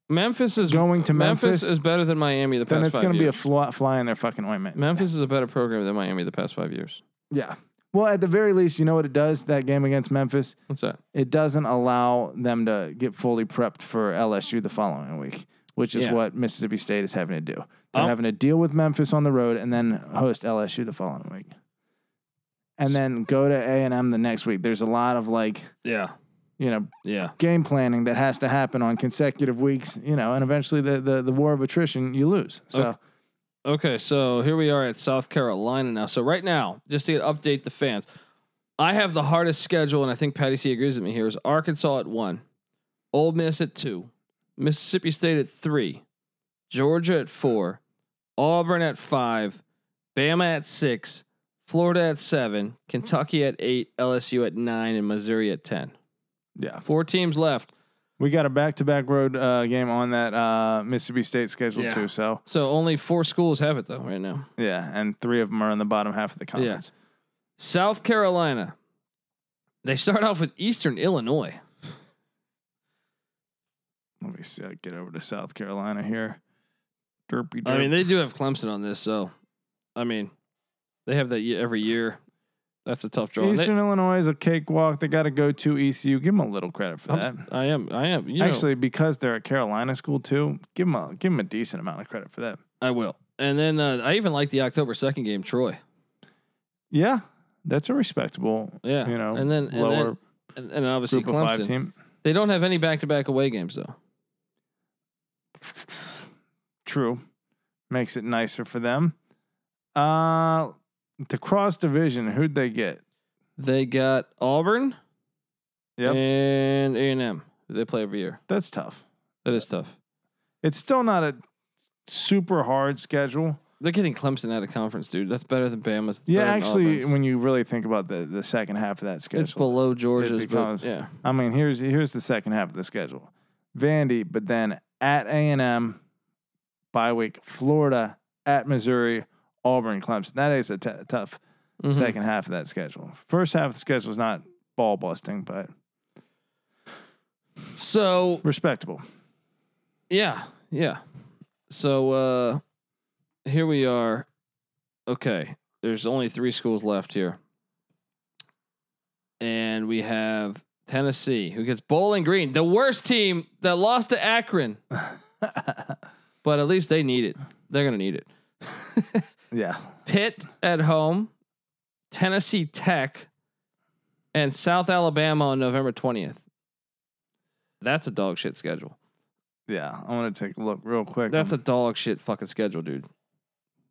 S1: Memphis is
S2: Going to Memphis,
S1: is better than Miami the
S2: then
S1: past
S2: it's
S1: five
S2: going to be a
S1: years.
S2: fly, fly in their fucking ointment.
S1: Memphis is a better program than Miami the past five years.
S2: Yeah. Well, at the very least, you know what it does. That game against Memphis,
S1: What's that?
S2: it doesn't allow them to get fully prepped for LSU the following week, which is
S1: Yeah.
S2: what Mississippi State is having to do. They're
S1: Um,
S2: having to deal with Memphis on the road and then host LSU the following week, and then go to A and M the next week. There's a lot of like
S1: Yeah.
S2: you know
S1: Yeah.
S2: game planning that has to happen on consecutive weeks, you know, and eventually the the, the war of attrition you lose. So
S1: Okay. Okay, so here we are at South Carolina now. So right now, just to update the fans, I have the hardest schedule, and I think Patty C agrees with me here. Is Arkansas at one, Ole Miss at two, Mississippi State at three, Georgia at four, Auburn at five, Bama at six, Florida at seven, Kentucky at eight, LSU at nine, and Missouri at ten.
S2: yeah,
S1: Four teams left.
S2: we got a back to back road uh, game on that uh, Mississippi State schedule
S1: Yeah.
S2: too. So
S1: So only four schools have it though right now.
S2: yeah, and three of them are in the bottom half of the conference.
S1: South Carolina. They start off with Eastern Illinois.
S2: Let me see, I get over to South Carolina here. Derpy derp.
S1: I mean, they do have Clemson on this, so I mean, they have that ye- every year. That's a tough draw. And they-
S2: Eastern Illinois is a cakewalk. They got to go to ECU. Give them a little credit for
S1: I'm
S2: that.
S1: s- I am. I am. You Actually,
S2: Actually, because they're a Carolina school too, give them a give them a decent amount of credit for that.
S1: I will. And then uh, I even like the October second game, Troy.
S2: Yeah, that's a respectable,
S1: Yeah.
S2: you know,
S1: and then and
S2: lower
S1: then and, and obviously
S2: group of five
S1: Clemson.
S2: team.
S1: They don't have any back to back away games though.
S2: True. Makes it nicer for them. Uh the cross division, who'd they get?
S1: They got Auburn
S2: Yep.
S1: and A and M. They play every year.
S2: That's tough.
S1: That is tough.
S2: It's still not a super hard schedule.
S1: They're getting Clemson out of conference, dude. That's better than Bama's.
S2: Yeah,
S1: better than
S2: actually,
S1: Auburn's.
S2: when you really think about the, the second half of that schedule,
S1: it's below Georgia's,
S2: becomes-
S1: but yeah,
S2: I mean, here's here's the second half of the schedule: Vandy, but then at A and M, bye week, Florida, at Missouri, Auburn, Clemson. That is a t- tough
S1: Mhm.
S2: second half of that schedule. First half of the schedule is not ball busting, but
S1: So
S2: respectable.
S1: Yeah, yeah. So uh here we are. Okay, there's only three schools left here. And we have Tennessee, who gets Bowling Green, the worst team that lost to Akron, but at least they need it. They're going to need it. (laughs)
S2: yeah,
S1: Pitt at home, Tennessee Tech, and South Alabama on November 20th. That's a dog shit schedule.
S2: yeah. I want to take a look real quick.
S1: That's a dog shit fucking schedule, dude.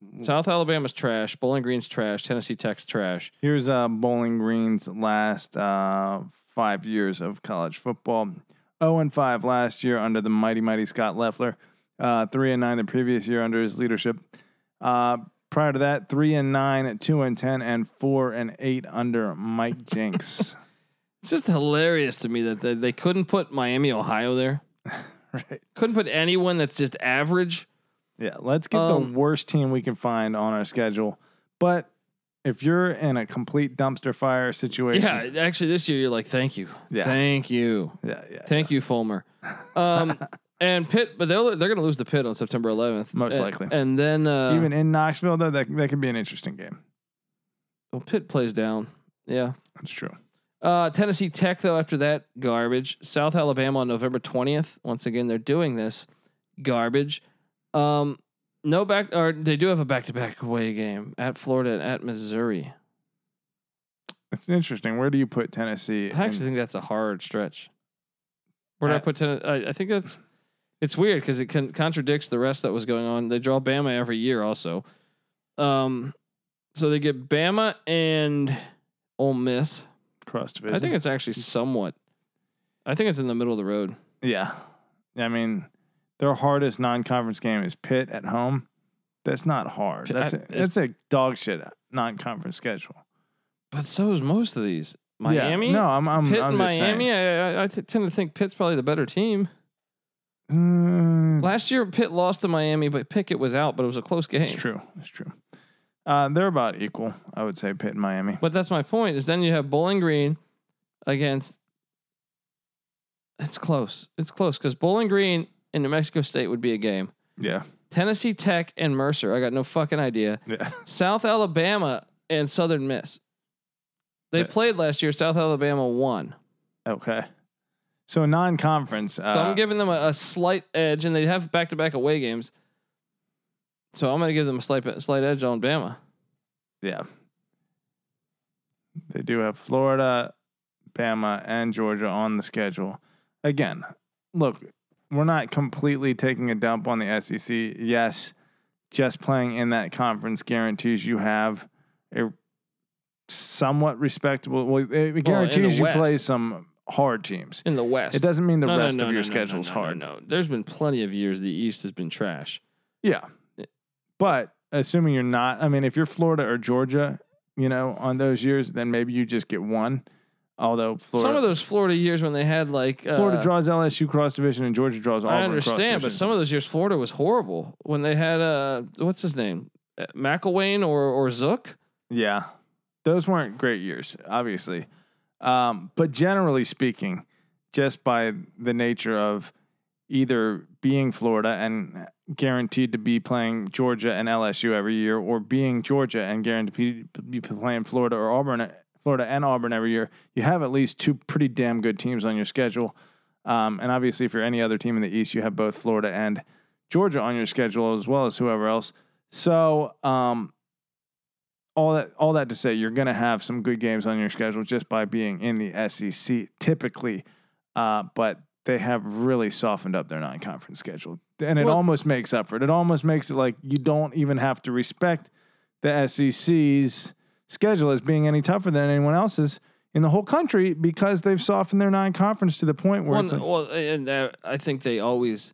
S2: Mm.
S1: South Alabama's trash. Bowling Green's trash. Tennessee Tech's trash.
S2: Here's uh, Bowling Green's last uh, five years of college football. 0 and 5 last year under the mighty, mighty Scott Leffler. Uh, 3 and 9 the previous year under his leadership. Uh, prior to that, 3 and 9, 2 and 10, and 4 and 8 under Mike
S1: (laughs)
S2: Jenks.
S1: It's just hilarious to me that they, they couldn't put Miami, Ohio there.
S2: (laughs) right.
S1: Couldn't put anyone that's just average.
S2: Yeah, let's get
S1: Um,
S2: the worst team we can find on our schedule. But if you're in a complete dumpster fire situation,
S1: Yeah, actually, this year you're like, thank you,
S2: Yeah.
S1: thank you,
S2: yeah, yeah.
S1: thank you, Fulmer.
S2: (laughs)
S1: Um, and Pitt, but they'll, they're going to lose the Pitt on September 11th,
S2: Most
S1: And-
S2: likely.
S1: And then uh,
S2: Even in Knoxville, though, that, that could be an interesting game.
S1: well, Pitt plays down. Yeah.
S2: That's true.
S1: Uh, Tennessee Tech, though, after that, garbage. South Alabama on November 20th. Once again, they're doing this. Garbage. Um, no back, or they do have a back to back away game at Florida and at Missouri.
S2: It's interesting. Where do you put Tennessee?
S1: I actually
S2: in-
S1: think that's a hard stretch. Where do I
S2: At-
S1: put Tennessee? I, I think that's it's weird because it con- contradicts the rest that was going on. They draw Bama every year, also. Um, so they get Bama and Ole Miss.
S2: cross division.
S1: I think it's actually somewhat. I think it's in the middle of the road.
S2: yeah. I mean, their hardest non-conference game is Pitt at home. That's not hard.
S1: Pitt-
S2: That's
S1: I-
S2: a, that's a dog shit uh, non-conference schedule.
S1: But so is most of these.
S2: Yeah.
S1: Miami,
S2: No, I'm I'm,
S1: Pitt,
S2: I'm
S1: and
S2: just saying.
S1: Miami. I, I- I t- tend to think Pitt's probably the better team.
S2: Mm,
S1: Last year, Pitt lost to Miami, but Pickett was out, but it was a close game.
S2: it's true. It's true. Uh, they're about equal, I would say. Pitt and Miami.
S1: But that's my point. Is then you have Bowling Green against. It's close. It's close because Bowling Green and New Mexico State would be a game.
S2: Yeah.
S1: Tennessee Tech and Mercer. I got no fucking idea.
S2: Yeah.
S1: South Alabama and Southern Miss. They
S2: Yeah.
S1: played last year. South Alabama won.
S2: (laughs) okay. So non-conference. uh,
S1: So I'm giving them a, a slight edge, and they have back to back away games. So I'm going to give them a slight slight edge on Bama.
S2: Yeah. They do have Florida, Bama, and Georgia on the schedule. Again, look, we're not completely taking a dump on the SEC. Yes, just playing in that conference guarantees you have a somewhat respectable. Well, it guarantees you play
S1: West.
S2: some hard teams.
S1: In the West,
S2: It doesn't mean the
S1: No, no,
S2: rest
S1: no,
S2: of
S1: no,
S2: your
S1: no,
S2: schedule is
S1: no, no,
S2: hard.
S1: No, no, there's been plenty of years the East has been trash.
S2: Yeah. But assuming you're not, I mean, if you're Florida or Georgia, you know, on those years, then maybe you just get one. Although Florida,
S1: Some of those Florida years when they had like uh,
S2: Florida draws LSU cross division and Georgia draws Auburn.
S1: I understand, but some of those years Florida was horrible when they had uh what's his name Uh, McElwain or or Zook.
S2: yeah, those weren't great years, obviously. Um, but generally speaking, just by the nature of either being Florida and guaranteed to be playing Georgia and LSU every year, or being Georgia and guaranteed to be playing Florida or Auburn, Florida and Auburn every year, you have at least two pretty damn good teams on your schedule. Um, and obviously, if you're any other team in the East, you have both Florida and Georgia on your schedule as well as whoever else. So, um, all that all that to say, you're going to have some good games on your schedule just by being in the SEC typically, uh, but they have really softened up their non-conference schedule, and it
S1: Well-
S2: almost makes up for it. It almost makes it like you don't even have to respect the SEC's schedule as being any tougher than anyone else's in the whole country because they've softened their non-conference to the point where
S1: Well,
S2: it's like,
S1: well, and uh, I think they always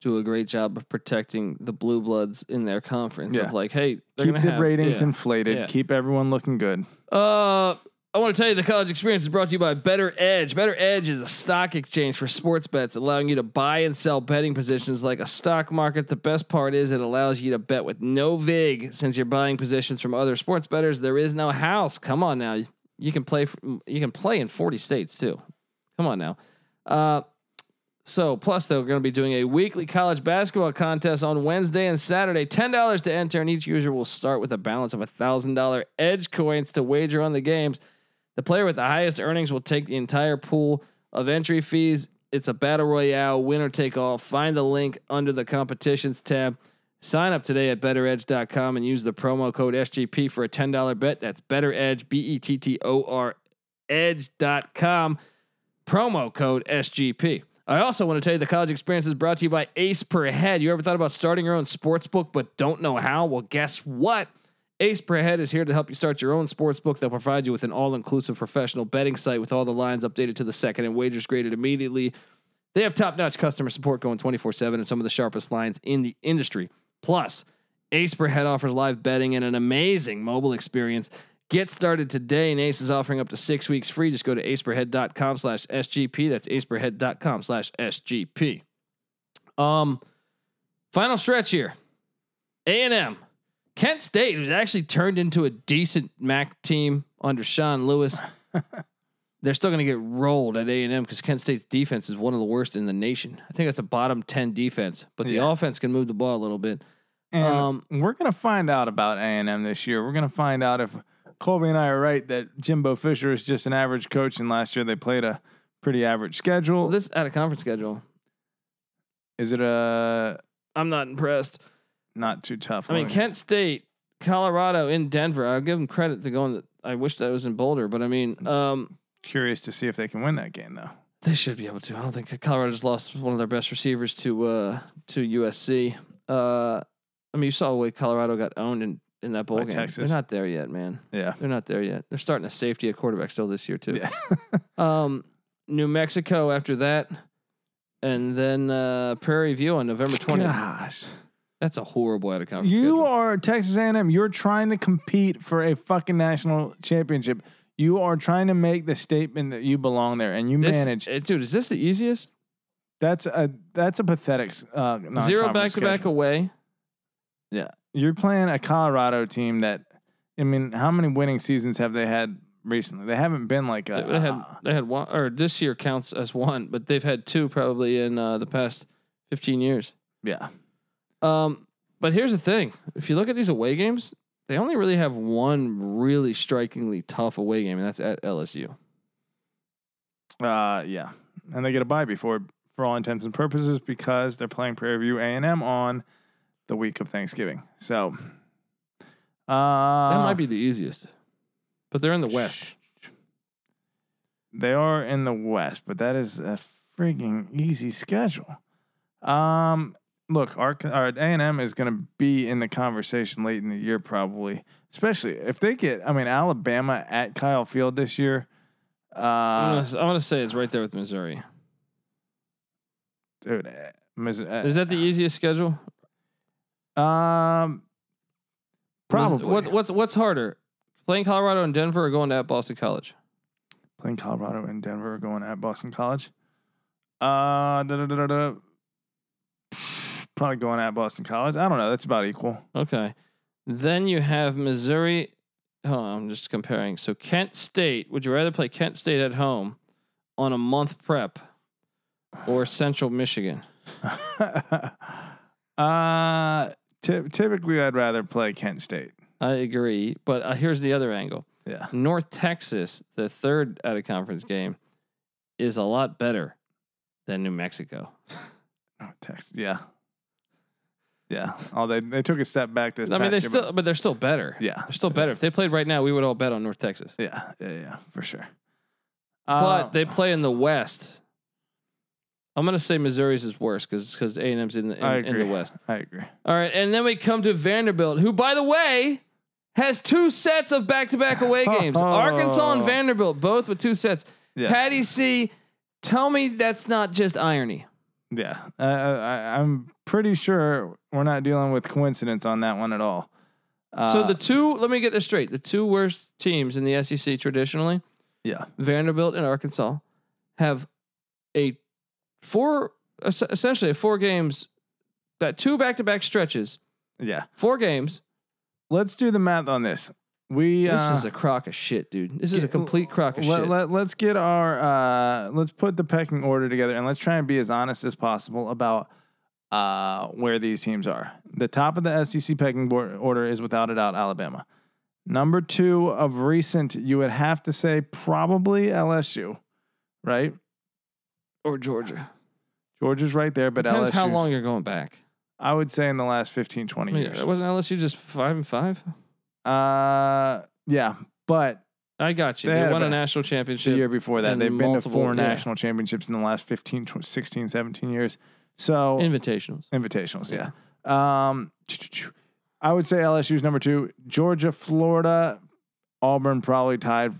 S1: do a great job of protecting the blue bloods in their conference.
S2: Yeah.
S1: Of like, hey, they're
S2: Keep
S1: gonna
S2: the
S1: have-
S2: ratings
S1: yeah.
S2: inflated.
S1: Yeah.
S2: Keep everyone looking good.
S1: Uh, I want to tell you the college experience is brought to you by Better Edge. Better Edge is a stock exchange for sports bets, allowing you to buy and sell betting positions like a stock market. The best part is it allows you to bet with no vig, since you're buying positions from other sports bettors. There is no house. Come on now, you can play. f- You can play in 40 states too. Come on now. Uh, so, plus, they're going to be doing a weekly college basketball contest on Wednesday and Saturday. $10 to enter, and each user will start with a balance of $1,000 edge coins to wager on the games. The player with the highest earnings will take the entire pool of entry fees. It's a battle royale, winner take all. Find the link under the competitions tab. Sign up today at betteredge.com and use the promo code SGP for a $10 bet. That's betteredge, B E T T O R edge.com promo code SGP. I also want to tell you the college experience is brought to you by Ace Per Head. You ever thought about starting your own sports book but don't know how? Well, guess what? Ace Per Head is here to help you start your own sports book. They'll provide you with an all inclusive professional betting site with all the lines updated to the second and wagers graded immediately. They have top notch customer support going 24 7 and some of the sharpest lines in the industry. Plus, Ace Per Head offers live betting and an amazing mobile experience. Get started today, and Ace is offering up to six weeks free. Just go to aceperhead.com slash SGP. That's aceperhead.com slash SGP. Um, final stretch here. A&M. Kent State was actually turned into a decent MAC team under Sean Lewis. They're still going to get rolled at A&M because Kent State's defense is one of the worst in the nation. I think that's a bottom 10 defense, but the
S2: Yeah.
S1: offense can move the ball a little bit.
S2: And
S1: Um,
S2: we're gonna find out about A and M this year. We're gonna find out if Colby and I are right that Jimbo Fisher is just an average coach, and last year they played a pretty average schedule.
S1: Well, this out of conference schedule.
S2: is it a
S1: I'm not impressed.
S2: not too tough?
S1: I mean,
S2: one?
S1: Kent State, Colorado, in Denver. I'll give them credit to going. To, I wish that was in Boulder, but I mean, um,
S2: curious to see if they can win that game though.
S1: they should be able to. I don't think Colorado's lost one of their best receivers to uh, to USC. Uh, I mean, you saw the way Colorado got owned in, in that bowl
S2: By
S1: game.
S2: Texas.
S1: They're not there yet, man.
S2: Yeah.
S1: They're not there yet. They're starting a safety at quarterback still this year too.
S2: Yeah.
S1: (laughs) Um, New Mexico after that, and then uh, Prairie View on November 20th.
S2: Gosh.
S1: That's a horrible out of conference.
S2: You
S1: schedule.
S2: are Texas A&M. You're trying to compete for a fucking national championship. You are trying to make the statement that you belong there, and you
S1: This-
S2: manage.
S1: eh, dude. Is this the easiest?
S2: That's a that's a pathetic uh,
S1: Zero
S2: non-conference
S1: back to back
S2: schedule.
S1: away.
S2: You're playing a Colorado team that, I mean, how many winning seasons have they had recently? They haven't been like
S1: They,
S2: a.
S1: they had they had one or this year counts as one, but they've had two probably in uh, the past fifteen years.
S2: yeah.
S1: Um, but here's the thing: if you look at these away games, they only really have one really strikingly tough away game, and that's at LSU.
S2: Uh, yeah, and they get a bye before, for all intents and purposes, because they're playing Prairie View A and M on the week of Thanksgiving. So, uh,
S1: that might be the easiest, but they're in the West.
S2: They are in the West, but that is a freaking easy schedule. Um, look, our our A and M is going to be in the conversation late in the year, probably. Especially if they get, I mean, Alabama at Kyle Field this year.
S1: I'm, gonna,
S2: Uh,
S1: s- I'm gonna say it's right there with Missouri.
S2: dude, eh, Miss- eh,
S1: Is that the easiest schedule?
S2: um? Probably.
S1: What's what's what's harder, playing Colorado and Denver, or going to at Boston College?
S2: playing Colorado and Denver, going at Boston College. Uh, da, da, da, da, da. (sighs) probably going at Boston College. I don't know. That's about equal.
S1: Okay. Then you have Missouri. Hold on, I'm just comparing. So Kent State, would you rather play Kent State at home on a month prep
S2: (sighs)
S1: or Central Michigan?
S2: (laughs) uh, ty- typically, I'd rather play Kent State.
S1: I agree, but uh, here's the other angle.
S2: Yeah.
S1: North Texas, the third out of conference game, is a lot better than New Mexico.
S2: Oh, Texas. Yeah. Yeah. Oh, they they took a step back this.
S1: I mean,
S2: past
S1: they
S2: year,
S1: still, but they're still better.
S2: but- Yeah.
S1: They're still better. If they played right now, we would all bet on North Texas.
S2: Yeah. Yeah. Yeah. For sure.
S1: but
S2: Um,
S1: they play in the West. I'm gonna say Missouri's is worse because because A and M's in the
S2: I
S1: in, in the
S2: agree.
S1: West.
S2: I agree.
S1: All right, and then we come to Vanderbilt, who by the way has two sets of back to back
S2: (laughs)
S1: away games. Arkansas and
S2: Oh.
S1: Vanderbilt both with two sets.
S2: Yeah.
S1: Patty C, tell me that's not just irony.
S2: Yeah. Uh, I, I'm pretty sure we're not dealing with coincidence on that one at all. Uh,
S1: so the two, let me get this straight. The two worst teams in the SEC traditionally,
S2: yeah,
S1: Vanderbilt and Arkansas, have a four es- essentially four games that two back to back stretches,
S2: yeah.
S1: four games.
S2: Let's do the math on this. We
S1: This
S2: uh,
S1: is a crock of shit, dude. This is a
S2: get-
S1: complete crock of shit.
S2: let, let, let's get our uh, let's put the pecking order together and let's try and be as honest as possible about uh, where these teams are. The top of the SEC pecking board order is without a doubt Alabama. Number two of recent, you would have to say probably LSU, right?
S1: or Georgia.
S2: Georgia's right there, but
S1: Depends
S2: LSU.
S1: how long you're going back.
S2: I would say in the last 15, 20
S1: I mean,
S2: years.
S1: wasn't LSU just five and five?
S2: Uh, yeah, but
S1: I got you.
S2: They
S1: They,
S2: had
S1: won
S2: about-
S1: a national
S2: the
S1: championship.
S2: year before that,
S1: And
S2: they've been to
S1: multiple-
S2: four
S1: yeah.
S2: national championships in the last 15, 20, 16, 17 years. So
S1: Invitationals.
S2: Invitationals, yeah. Um, I would say LSU's number two. Georgia, Florida, Auburn probably tied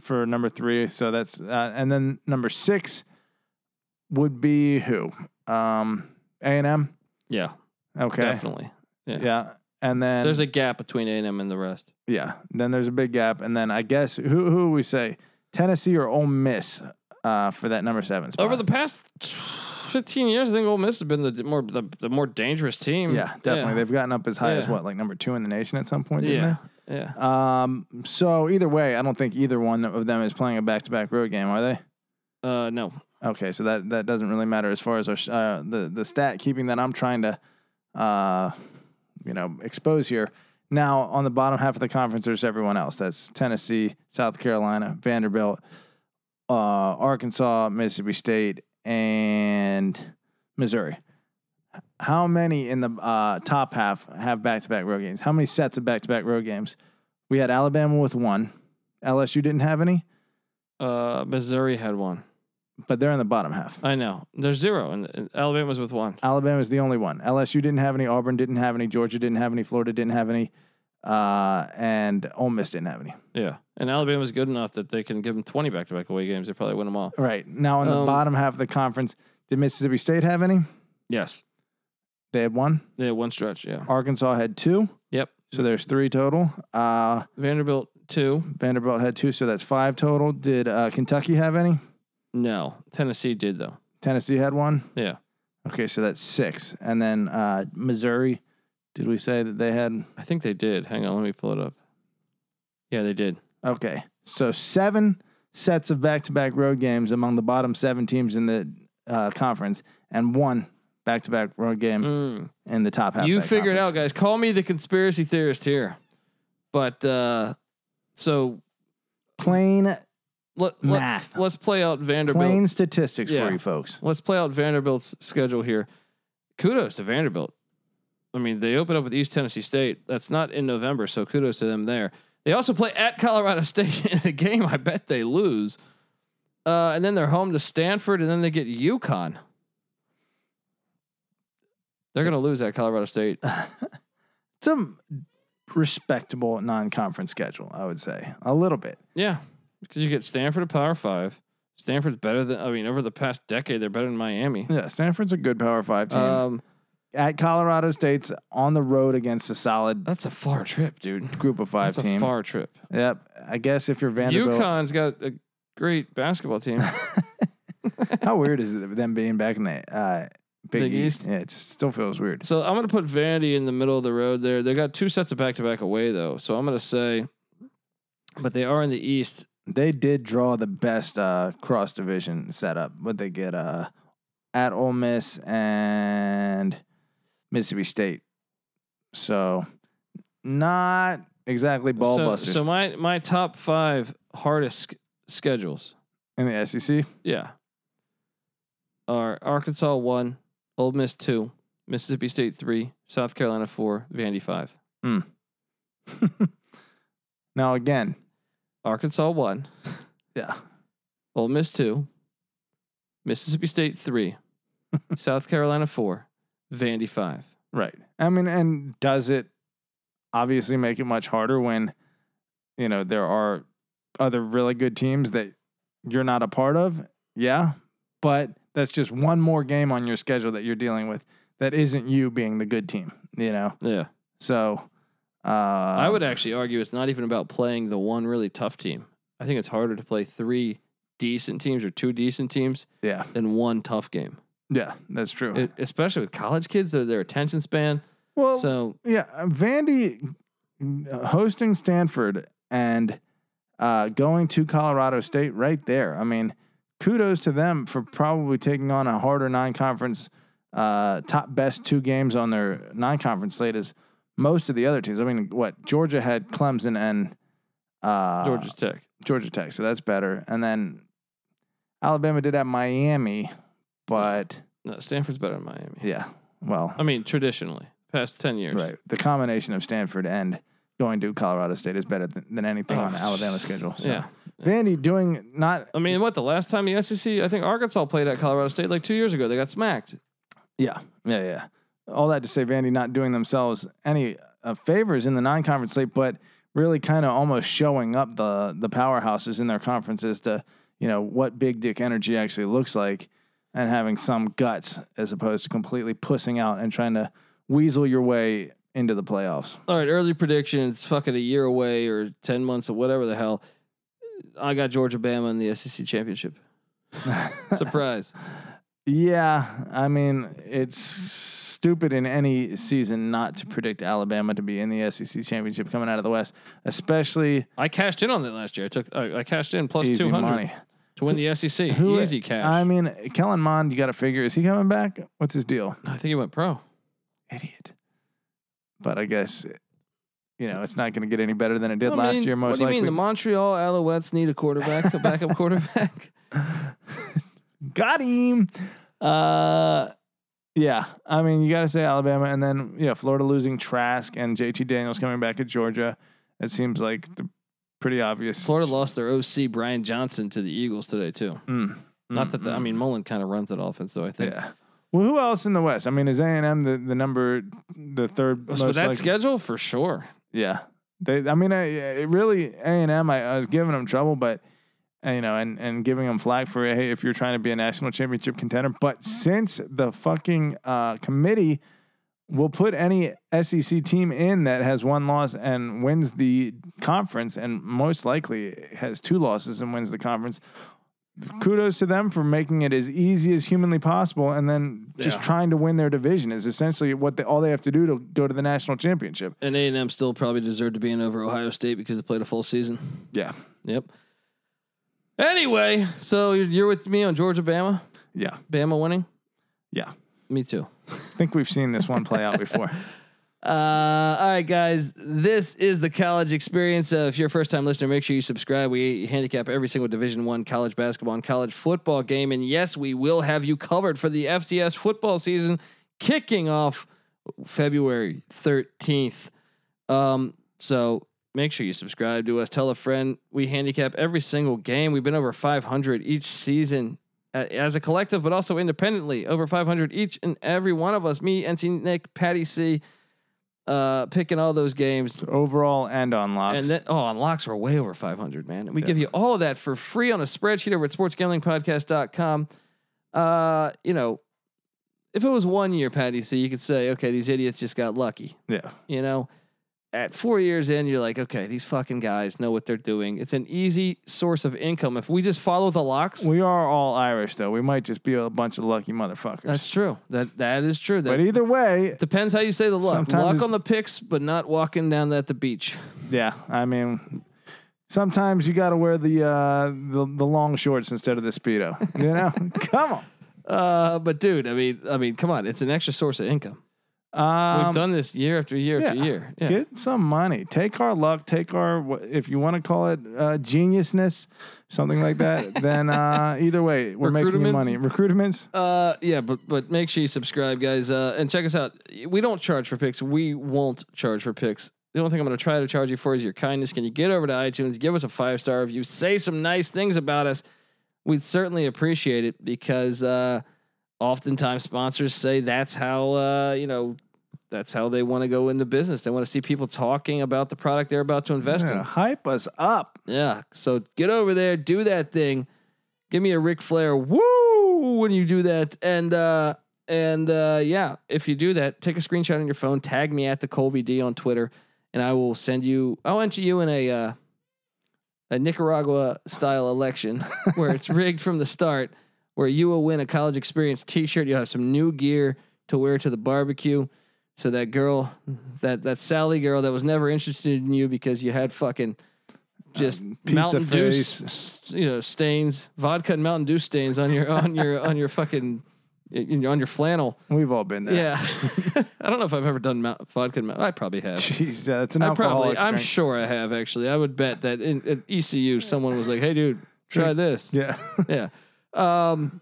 S2: for number three. So that's uh, and then number six would be who? Um, A and M.
S1: Yeah,
S2: Okay,
S1: definitely.
S2: yeah. And then
S1: There's a gap between A and M and the rest.
S2: yeah. Then there's a big gap. And then I guess who who would we say Tennessee or Ole Miss uh, for that number seven spot?
S1: Over the past 15 years, I think Ole Miss has been the d- more the, the more dangerous team.
S2: yeah, definitely. They've gotten up as high as
S1: Yeah.
S2: what, like number two in the nation at some point, didn't they?
S1: Yeah. Yeah.
S2: Um, so either way, I don't think either one of them is playing a back-to-back road game, are they?
S1: Uh, no.
S2: Okay, so that that doesn't really matter as far as our uh, the the stat keeping that I'm trying to, uh, you know, expose here. Now on the bottom half of the conference, there's everyone else. That's Tennessee, South Carolina, Vanderbilt, uh, Arkansas, Mississippi State, and Missouri. How many in the uh, top half have back-to-back road games? How many sets of back-to-back road games? We had Alabama with one. LSU didn't have any,
S1: Uh, Missouri had one.
S2: but they're in the bottom half.
S1: I know. There's zero, and, and Alabama's with one.
S2: Alabama's the only one. LSU didn't have any. Auburn didn't have any. Georgia didn't have any. Florida didn't have any. Uh, and Ole Miss didn't have any.
S1: Yeah, and Alabama's good enough that they can give them 20 back-to-back away games. They probably win them all.
S2: Right now, in the
S1: Um,
S2: bottom half of the conference, did Mississippi State have any?
S1: Yes,
S2: They had one.
S1: they had one stretch. Yeah.
S2: Arkansas had two.
S1: Yep.
S2: So there's three total. Uh,
S1: Vanderbilt two.
S2: Vanderbilt had two. So that's five total. Did uh, Kentucky have any?
S1: No, Tennessee did though.
S2: Tennessee had one.
S1: Yeah,
S2: Okay, so that's six. And then uh, Missouri, did we say that they had?
S1: I think they did. Hang on, let me pull it up. Yeah, they did.
S2: Okay. So seven sets of back to back road games among the bottom seven teams in the uh, conference and one back to back road game
S1: Mm.
S2: in the top half.
S1: You
S2: of that
S1: figure it out,
S2: conference.
S1: guys. Call me the conspiracy theorist here, but uh, so
S2: Plain
S1: let, let
S2: math.
S1: let's play out
S2: Plain
S1: Vanderbilt's.
S2: statistics
S1: Yeah.
S2: for you folks.
S1: Let's play out Vanderbilt's schedule here. Kudos to Vanderbilt. I mean, they open up with East Tennessee State. That's not in November, so kudos to them there. They also play at Colorado (laughs) State in a game. I bet they lose. Uh, and then they're home to Stanford, and then they get UConn. They're gonna lose at Colorado
S2: (sighs)
S1: State.
S2: It's a respectable non conference schedule, I would say. A little bit.
S1: Yeah, because you get Stanford a power five. Stanford's better than I mean, over the past decade, they're better than Miami.
S2: Yeah, Stanford's a good power five team.
S1: Um,
S2: At Colorado State's on the road against a solid
S1: that's a far trip, dude.
S2: group of five
S1: That's a
S2: team.
S1: far trip.
S2: yep. I guess if you're Vanderbilt,
S1: UConn's got a great basketball
S2: (laughs)
S1: team.
S2: How weird is it them being back in the uh, Big,
S1: Big
S2: East?
S1: East?
S2: Yeah, it just still feels weird.
S1: so I'm going to put Vandy in the middle of the road there. They got two sets of back to back away, though. So I'm going to say, but they are in the East.
S2: They did draw the best uh, cross division setup, but they get uh, at Ole Miss and Mississippi State. So not exactly ball
S1: so,
S2: busters
S1: so my, my top five hardest sch- schedules.
S2: in the E SEC.
S1: Yeah. Are Arkansas one, Old Miss two, Mississippi State three, South Carolina four, Vandy five.
S2: (laughs) Now again,
S1: Arkansas one,
S2: yeah,
S1: Ole Miss two, Mississippi State
S2: (laughs)
S1: three, South Carolina four, Vandy five.
S2: right. I mean, and does it obviously make it much harder when you know there are other really good teams that you're not a part of? Yeah, but that's just one more game on your schedule that you're dealing with that isn't you being the good team, you know?
S1: Yeah.
S2: So uh,
S1: I would actually argue it's not even about playing the one really tough team. I think it's harder to play three decent teams or two decent teams
S2: Yeah.
S1: than one tough game,
S2: Yeah. That's true.
S1: It- especially with college kids, their, their attention span.
S2: well,
S1: So
S2: Yeah, uh, Vandy uh, hosting Stanford and uh, going to Colorado State right there. I mean, kudos to them for probably taking on a harder non-conference uh, top best two games on their non-conference slate as most of the other teams. I mean, what Georgia had Clemson and uh,
S1: Georgia Tech.
S2: Georgia Tech, so that's better. And then Alabama did have Miami, but
S1: No, Stanford's better than Miami.
S2: yeah, well,
S1: I mean, traditionally, past 10 years.
S2: Right. The combination of Stanford and going to Colorado State is better than, than anything on
S1: Oh,
S2: Alabama's schedule. So.
S1: Yeah.
S2: Vandy doing not.
S1: I mean, what, the last time the SEC, I think Arkansas played at Colorado State like two years ago, they got smacked.
S2: Yeah. Yeah. Yeah. All that to say, Vandy not doing themselves any uh, favors in the non-conference slate, but really kind of almost showing up the the powerhouses in their conferences to you know what big dick energy actually looks like, and having some guts as opposed to completely pussing out and trying to weasel your way into the playoffs.
S1: All right, early predictions, fucking a year away or 10 months or whatever the hell. I got Georgia Bama in the SEC
S2: (laughs)
S1: championship. Surprise.
S2: Yeah, I mean, it's stupid in any season not to predict Alabama to be in the SEC championship coming out of the West, especially
S1: I cashed in on that last year. I took I, I cashed in plus
S2: easy
S1: 200
S2: money.
S1: to win the SEC.
S2: Who-
S1: Easy cash.
S2: I mean, Kellen Mond, you got to figure, is he coming back? What's his deal?
S1: I think he went pro.
S2: Idiot. But I guess, you know, it's not going to get any better than it did
S1: I
S2: last
S1: mean,
S2: year, most
S1: What do you
S2: likely.
S1: mean? The Montreal Alouettes need a quarterback, a backup (laughs) quarterback.
S2: got him. Uh, yeah, I mean, you got to say Alabama, and then yeah, Florida losing Trask and JT Daniels coming back at Georgia. It seems like the pretty obvious.
S1: Florida lost their OC Brian Johnson to the Eagles today too.
S2: Mm,
S1: Not
S2: mm,
S1: that the, I
S2: mm.
S1: mean Mullen kind of runs that offense, so I think.
S2: yeah. Well, who else in the West? I mean, is A and M the, the number the third?
S1: So
S2: most
S1: that
S2: likely-
S1: schedule for sure.
S2: Yeah, they. I mean, I, it really A and M. I, I was giving them trouble, but uh, you know, and and giving them flag for hey, if you're trying to be a national championship contender. But since the fucking uh, committee will put any SEC team in that has one loss and wins the conference, and most likely has two losses and wins the conference. Kudos to them for making it as easy as humanly possible, and then just
S1: Yeah.
S2: trying to win their division is essentially what they, all they have to do to go to the national championship.
S1: And A and M still probably deserved to be in over Ohio State because they played a full season.
S2: Yeah.
S1: Yep. Anyway, so you're- you're with me on Georgia Bama.
S2: Yeah.
S1: Bama winning.
S2: Yeah.
S1: Me too.
S2: I think we've seen this one play out (laughs) before.
S1: Uh, all right, guys. This is the college experience. Uh, if you're a first time listener, make sure you subscribe. We handicap every single Division One college basketball and college football game, and yes, we will have you covered for the FCS football season kicking off February 13th. Um, so make sure you subscribe to us. Tell a friend. We handicap every single game. We've been over 500 each season a- as a collective, but also independently. Over 500 each and every one of us. Me, NC Nick, Patty C. Uh, picking all those games.
S2: Overall and on locks.
S1: And then, oh, on locks, we're way over 500, man. And we give you all of that for free on a spreadsheet over at sportsgamblingpodcast.com. Uh, you know, if it was one year, Patty, so you could say, okay, these idiots just got lucky.
S2: yeah.
S1: You know, at four years in, you're like, okay, these fucking guys know what they're doing. It's an easy source of income. If we just follow the locks,
S2: We are all Irish, though. We might just be a bunch of lucky motherfuckers.
S1: that's true. That That is true. That
S2: but either way,
S1: depends how you say the luck.
S2: Sometimes
S1: Luck
S2: it's-
S1: on the picks, but not walking down at the beach.
S2: yeah. I mean, sometimes you got to wear the, uh, the the long shorts instead of the speedo.
S1: (laughs)
S2: You know, (laughs) come
S1: Uh, but dude, I mean, I mean, come on, it's an extra source of income.
S2: on.
S1: We've
S2: Um,
S1: done this year after year after
S2: yeah.
S1: year. Yeah.
S2: Get some money. Take our luck. Take our, wh- if you want to call it uh, geniusness, something
S1: (laughs)
S2: like that. then uh, either way, we're making you
S1: Recruitments?
S2: money. Recruitments.
S1: Uh, yeah, but but make sure you subscribe, guys, uh, and check us out. We don't charge for picks. We won't charge for picks. The only thing I'm going to try to charge you for is your kindness. Can you get over to iTunes, give us a five star review, say some nice things about us? We'd certainly appreciate it because uh, oftentimes sponsors say that's how uh, you know that's how they want to go into business. They want to see people talking about the product they're about to invest in.
S2: Yeah, hype us up.
S1: Yeah. So get over there, do that thing. Give me a Ric Flair woo when you do that. And uh And uh, yeah, if you do that, take a screenshot on your phone, tag me at the Colby D on Twitter, and I will send you. I'll enter you in a uh, a Nicaragua style election (laughs) where it's rigged from the start, where you will win a college experience T-shirt. You'll have some new gear to wear to the barbecue. So that girl, that that Sally girl that was never interested in you because you had fucking just
S2: Um, pizza
S1: Mountain Dew, s-
S2: face.
S1: s- you know, stains, vodka and Mountain Dew stains on your on your on your fucking you know, on your flannel.
S2: We've all been there.
S1: Yeah, (laughs) I don't know if I've ever done mount, vodka. And mount, I probably have.
S2: (laughs) Jeez, yeah, that's an
S1: I
S2: alcoholic
S1: probably, I'm
S2: drink.
S1: sure I have actually. I would bet that in, at ECU someone was like, "Hey, dude, try this."
S2: yeah.
S1: (laughs) yeah. Um,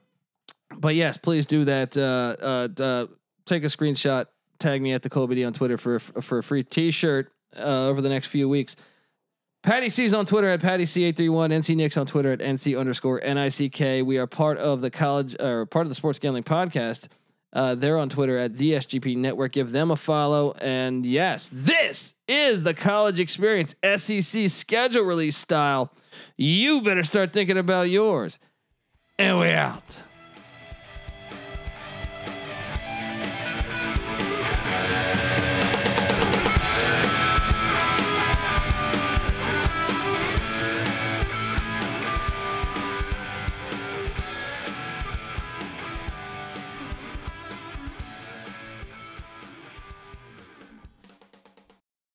S1: but yes, please do that. Uh, uh, d- uh, take a screenshot, tag me at the Colby D on Twitter for a, f- for a free T-shirt uh, over the next few weeks. Patty C's on Twitter at Patty C eight three one. NC Nick's on Twitter at NC underscore N I C K. We are part of the college or part of the sports gambling podcast. Uh, they're on Twitter at the SGP Network. Give them a follow. And yes, this is the college experience E SEC schedule release style. You better start thinking about yours and we out.